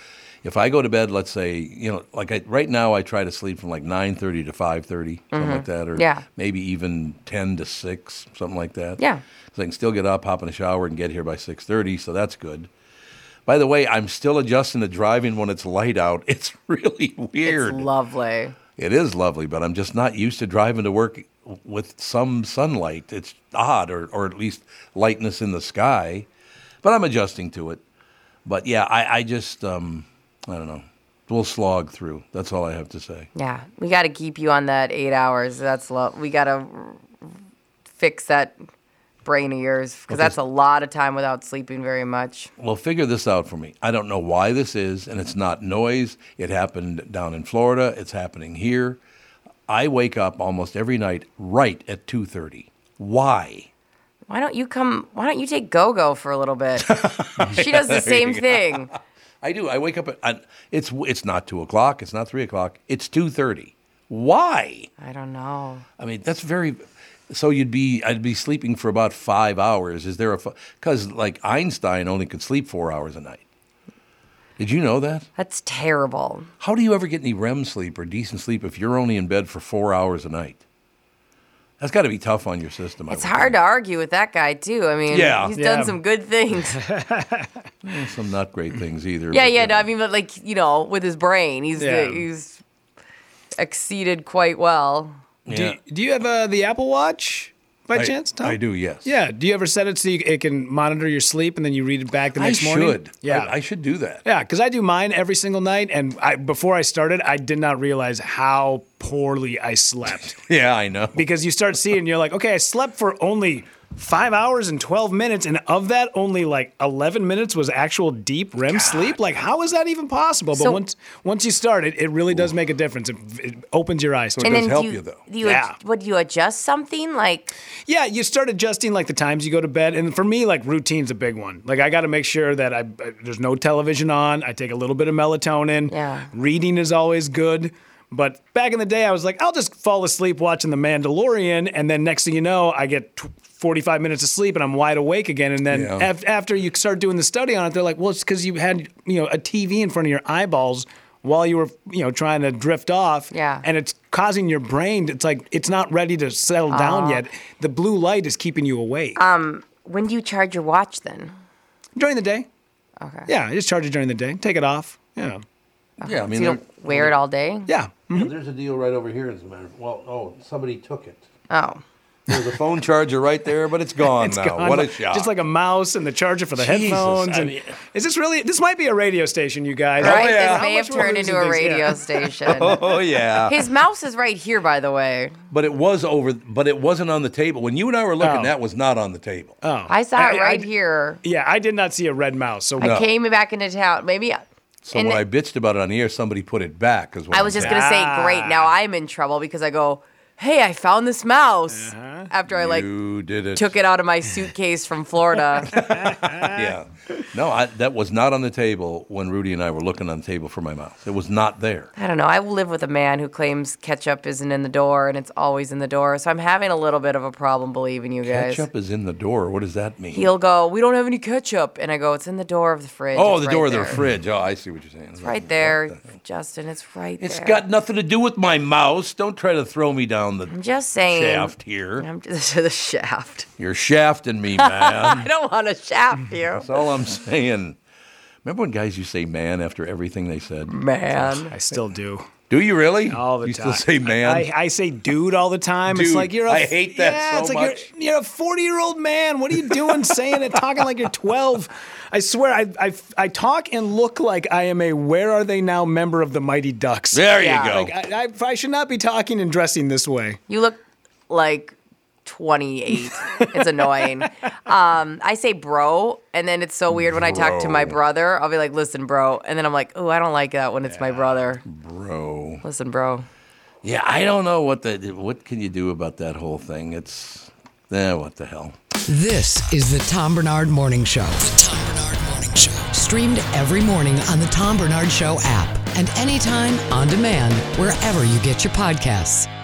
Speaker 1: If I go to bed, let's say, you know, like I, right now, I try to sleep from like nine thirty to five thirty, something
Speaker 16: Mhm.
Speaker 1: like that, or
Speaker 16: Yeah.
Speaker 1: maybe even ten to six, something like that.
Speaker 16: Yeah.
Speaker 1: because I can still get up, hop in the shower, and get here by six thirty, so that's good. By the way, I'm still adjusting to driving when it's light out. It's really weird.
Speaker 3: It's lovely.
Speaker 1: It is lovely, but I'm just not used to driving to work with some sunlight. It's odd, or, or at least lightness in the sky, but I'm adjusting to it. But yeah, I, I just, um, I don't know. We'll slog through. That's all I have to say.
Speaker 3: Yeah. We got to keep you on that eight hours. That's low. We got to fix that brain of yours because that's a lot of time without sleeping very much.
Speaker 1: Well, figure this out for me. I don't know why this is, and it's not noise. It happened down in Florida. It's happening here. I wake up almost every night right at 2:30. Why?
Speaker 3: Why don't you come? Why don't you take Go Go for a little bit? she does the
Speaker 1: There
Speaker 3: same
Speaker 1: you go.
Speaker 3: thing.
Speaker 1: I do. I wake up at I, it's it's not two o'clock. It's not three o'clock. It's 2:30. Why?
Speaker 3: I don't know.
Speaker 1: I mean, that's very. So you'd be, I'd be sleeping for about five hours. Is there a, because like Einstein only could sleep four hours a night. Did you know that?
Speaker 3: That's terrible.
Speaker 1: How do you ever get any REM sleep or decent sleep if you're only in bed for four hours a night? That's got to be tough on your system. I
Speaker 3: It's
Speaker 1: would
Speaker 3: hard to argue with that guy too. I mean,
Speaker 1: Yeah.
Speaker 3: he's
Speaker 1: Yeah.
Speaker 3: done some good things.
Speaker 1: think. Eh, Some not great things either.
Speaker 3: yeah,
Speaker 1: but-
Speaker 3: yeah. No, I mean, but like you know, with his brain, he's
Speaker 1: Yeah.
Speaker 3: the, he's exceeded quite well.
Speaker 1: Yeah.
Speaker 4: Do, do you have uh, the Apple Watch by
Speaker 1: I-
Speaker 4: chance, Tom?
Speaker 1: I do, yes.
Speaker 4: Yeah. Do you ever set it so you, it can monitor your sleep and then you read it back the
Speaker 1: I
Speaker 4: next morning?
Speaker 1: should.
Speaker 4: Yeah.
Speaker 1: I, I should do that.
Speaker 4: yeah, because I do mine every single night, and I, before I started, I did not realize how poorly I slept.
Speaker 1: Yeah, I know.
Speaker 4: because you start seeing, you're like, okay, I slept for only five hours and twelve minutes, and of that, only like eleven minutes was actual deep REM sleep. Like, how is that even possible? But
Speaker 3: So-
Speaker 4: once once you start it, it really does make a difference. It, it opens your eyes. to
Speaker 3: do Do you,
Speaker 4: yeah.
Speaker 3: ad- What do you adjust something like?
Speaker 4: Yeah, you start adjusting like the times you go to bed, and for me, like routine's a big one. Like I got to make sure that I uh, there's no television on. I take a little bit of melatonin.
Speaker 3: Yeah.
Speaker 4: reading is always good. But back in the day, I was like, I'll just fall asleep watching The Mandalorian, and then next thing you know, I get tw 45 minutes of sleep and I'm wide awake again. And then
Speaker 1: Yeah.
Speaker 4: af- after you start doing the study on it, they're like, well, it's because you had you know a TV in front of your eyeballs while you were you know trying to drift off.
Speaker 3: Yeah.
Speaker 4: and it's causing your brain. It's like it's not ready to settle down
Speaker 3: Ah.
Speaker 4: yet. The blue light is keeping you awake
Speaker 3: Um, when do you charge your watch then?
Speaker 4: during the day.
Speaker 3: Okay.
Speaker 4: Yeah, just charge it during the day. Take it off. Yeah.
Speaker 1: Yeah, I mean,
Speaker 3: so you
Speaker 1: they're-
Speaker 3: don't wear it all day.
Speaker 4: Yeah.
Speaker 1: there's a deal right over here, as a matter of Well, oh, somebody took it.
Speaker 3: Oh.
Speaker 1: There's a phone charger right there, but it's gone
Speaker 4: It's
Speaker 1: now.
Speaker 4: gone.
Speaker 1: What a shock.
Speaker 4: Just like a mouse and the charger for the
Speaker 1: Jesus,
Speaker 4: headphones.
Speaker 1: I
Speaker 4: and-
Speaker 1: mean-
Speaker 4: is this really? This might be a radio station, you guys.
Speaker 3: Right,
Speaker 4: How
Speaker 3: this may
Speaker 4: much
Speaker 3: have
Speaker 4: we're
Speaker 3: turned into
Speaker 4: losing
Speaker 3: a
Speaker 4: things. Yeah.
Speaker 3: radio station.
Speaker 1: oh, yeah.
Speaker 3: His mouse is right here, by the way.
Speaker 1: But it was over. But it wasn't on the table when you and I were looking.
Speaker 4: Oh.
Speaker 1: That was not on the table.
Speaker 4: Oh,
Speaker 3: I saw it right
Speaker 4: I-
Speaker 3: here.
Speaker 4: Yeah, I did not see a red mouse. So
Speaker 3: I came back into town. Maybe
Speaker 1: So
Speaker 3: and
Speaker 1: when I bitched about it on the air, somebody put it back. Is what
Speaker 3: I
Speaker 1: I'm
Speaker 3: was just
Speaker 1: saying.
Speaker 3: gonna say, great. Now
Speaker 1: Ah.
Speaker 3: I'm in trouble because I go, hey, I found this mouse after I like
Speaker 1: Uh-huh. you did it.
Speaker 3: took it out of my suitcase from Florida.
Speaker 1: yeah. No, I, that was not on the table when Rudy and I were looking on the table for my mouse. It was not there.
Speaker 3: I don't know. I live with a man who claims ketchup isn't in the door and it's always in the door, so I'm having a little bit of a problem believing you guys.
Speaker 1: Ketchup is in the door. What does that mean?
Speaker 3: He'll go, we don't have any ketchup, and I go, it's in the door of the fridge.
Speaker 1: oh,
Speaker 3: It's
Speaker 1: the
Speaker 3: right
Speaker 1: door of
Speaker 3: there.
Speaker 1: the fridge. Oh, I see what you're saying.
Speaker 3: It's right there, Justin. It's right
Speaker 1: It's
Speaker 3: there.
Speaker 1: got nothing to do with my mouse. Don't try to throw me down the
Speaker 3: I'm just saying.
Speaker 1: shaft here.
Speaker 3: I'm just the shaft.
Speaker 1: You're shafting me,
Speaker 3: I
Speaker 1: man.
Speaker 3: don't want to shaft you.
Speaker 1: That's all I'm saying. Remember when guys used to say man after everything they said?
Speaker 3: Man.
Speaker 4: I still do.
Speaker 1: Do you really?
Speaker 4: All the
Speaker 1: you still
Speaker 4: time.
Speaker 1: say man?
Speaker 4: I, I say dude all the time. it's
Speaker 1: Dude,
Speaker 4: like you're. a
Speaker 1: I hate that
Speaker 4: yeah,
Speaker 1: so
Speaker 4: it's like
Speaker 1: much.
Speaker 4: You're, you're a 40 year old man. What are you doing saying it, talking like you're 12? I swear, I, I I talk and look like I am a where are they now member of the Mighty Ducks.
Speaker 1: There you Yeah. go.
Speaker 4: Like, I, I, I should not be talking and dressing this way.
Speaker 3: You look like 28. it's annoying. Um, I say bro, and then it's so weird when I talk to my
Speaker 1: Bro.
Speaker 3: brother. I'll be like, listen, bro. And then I'm like, oh, I don't like that when it's my brother.
Speaker 1: bro.
Speaker 3: Listen, bro.
Speaker 1: Yeah, I don't know what the what can you do about that whole thing. It's eh, what the hell.
Speaker 2: This is the Tom Bernard Morning Show. The Tom Bernard Morning Show. Streamed every morning on the Tom Bernard Show app and anytime on demand wherever you get your podcasts.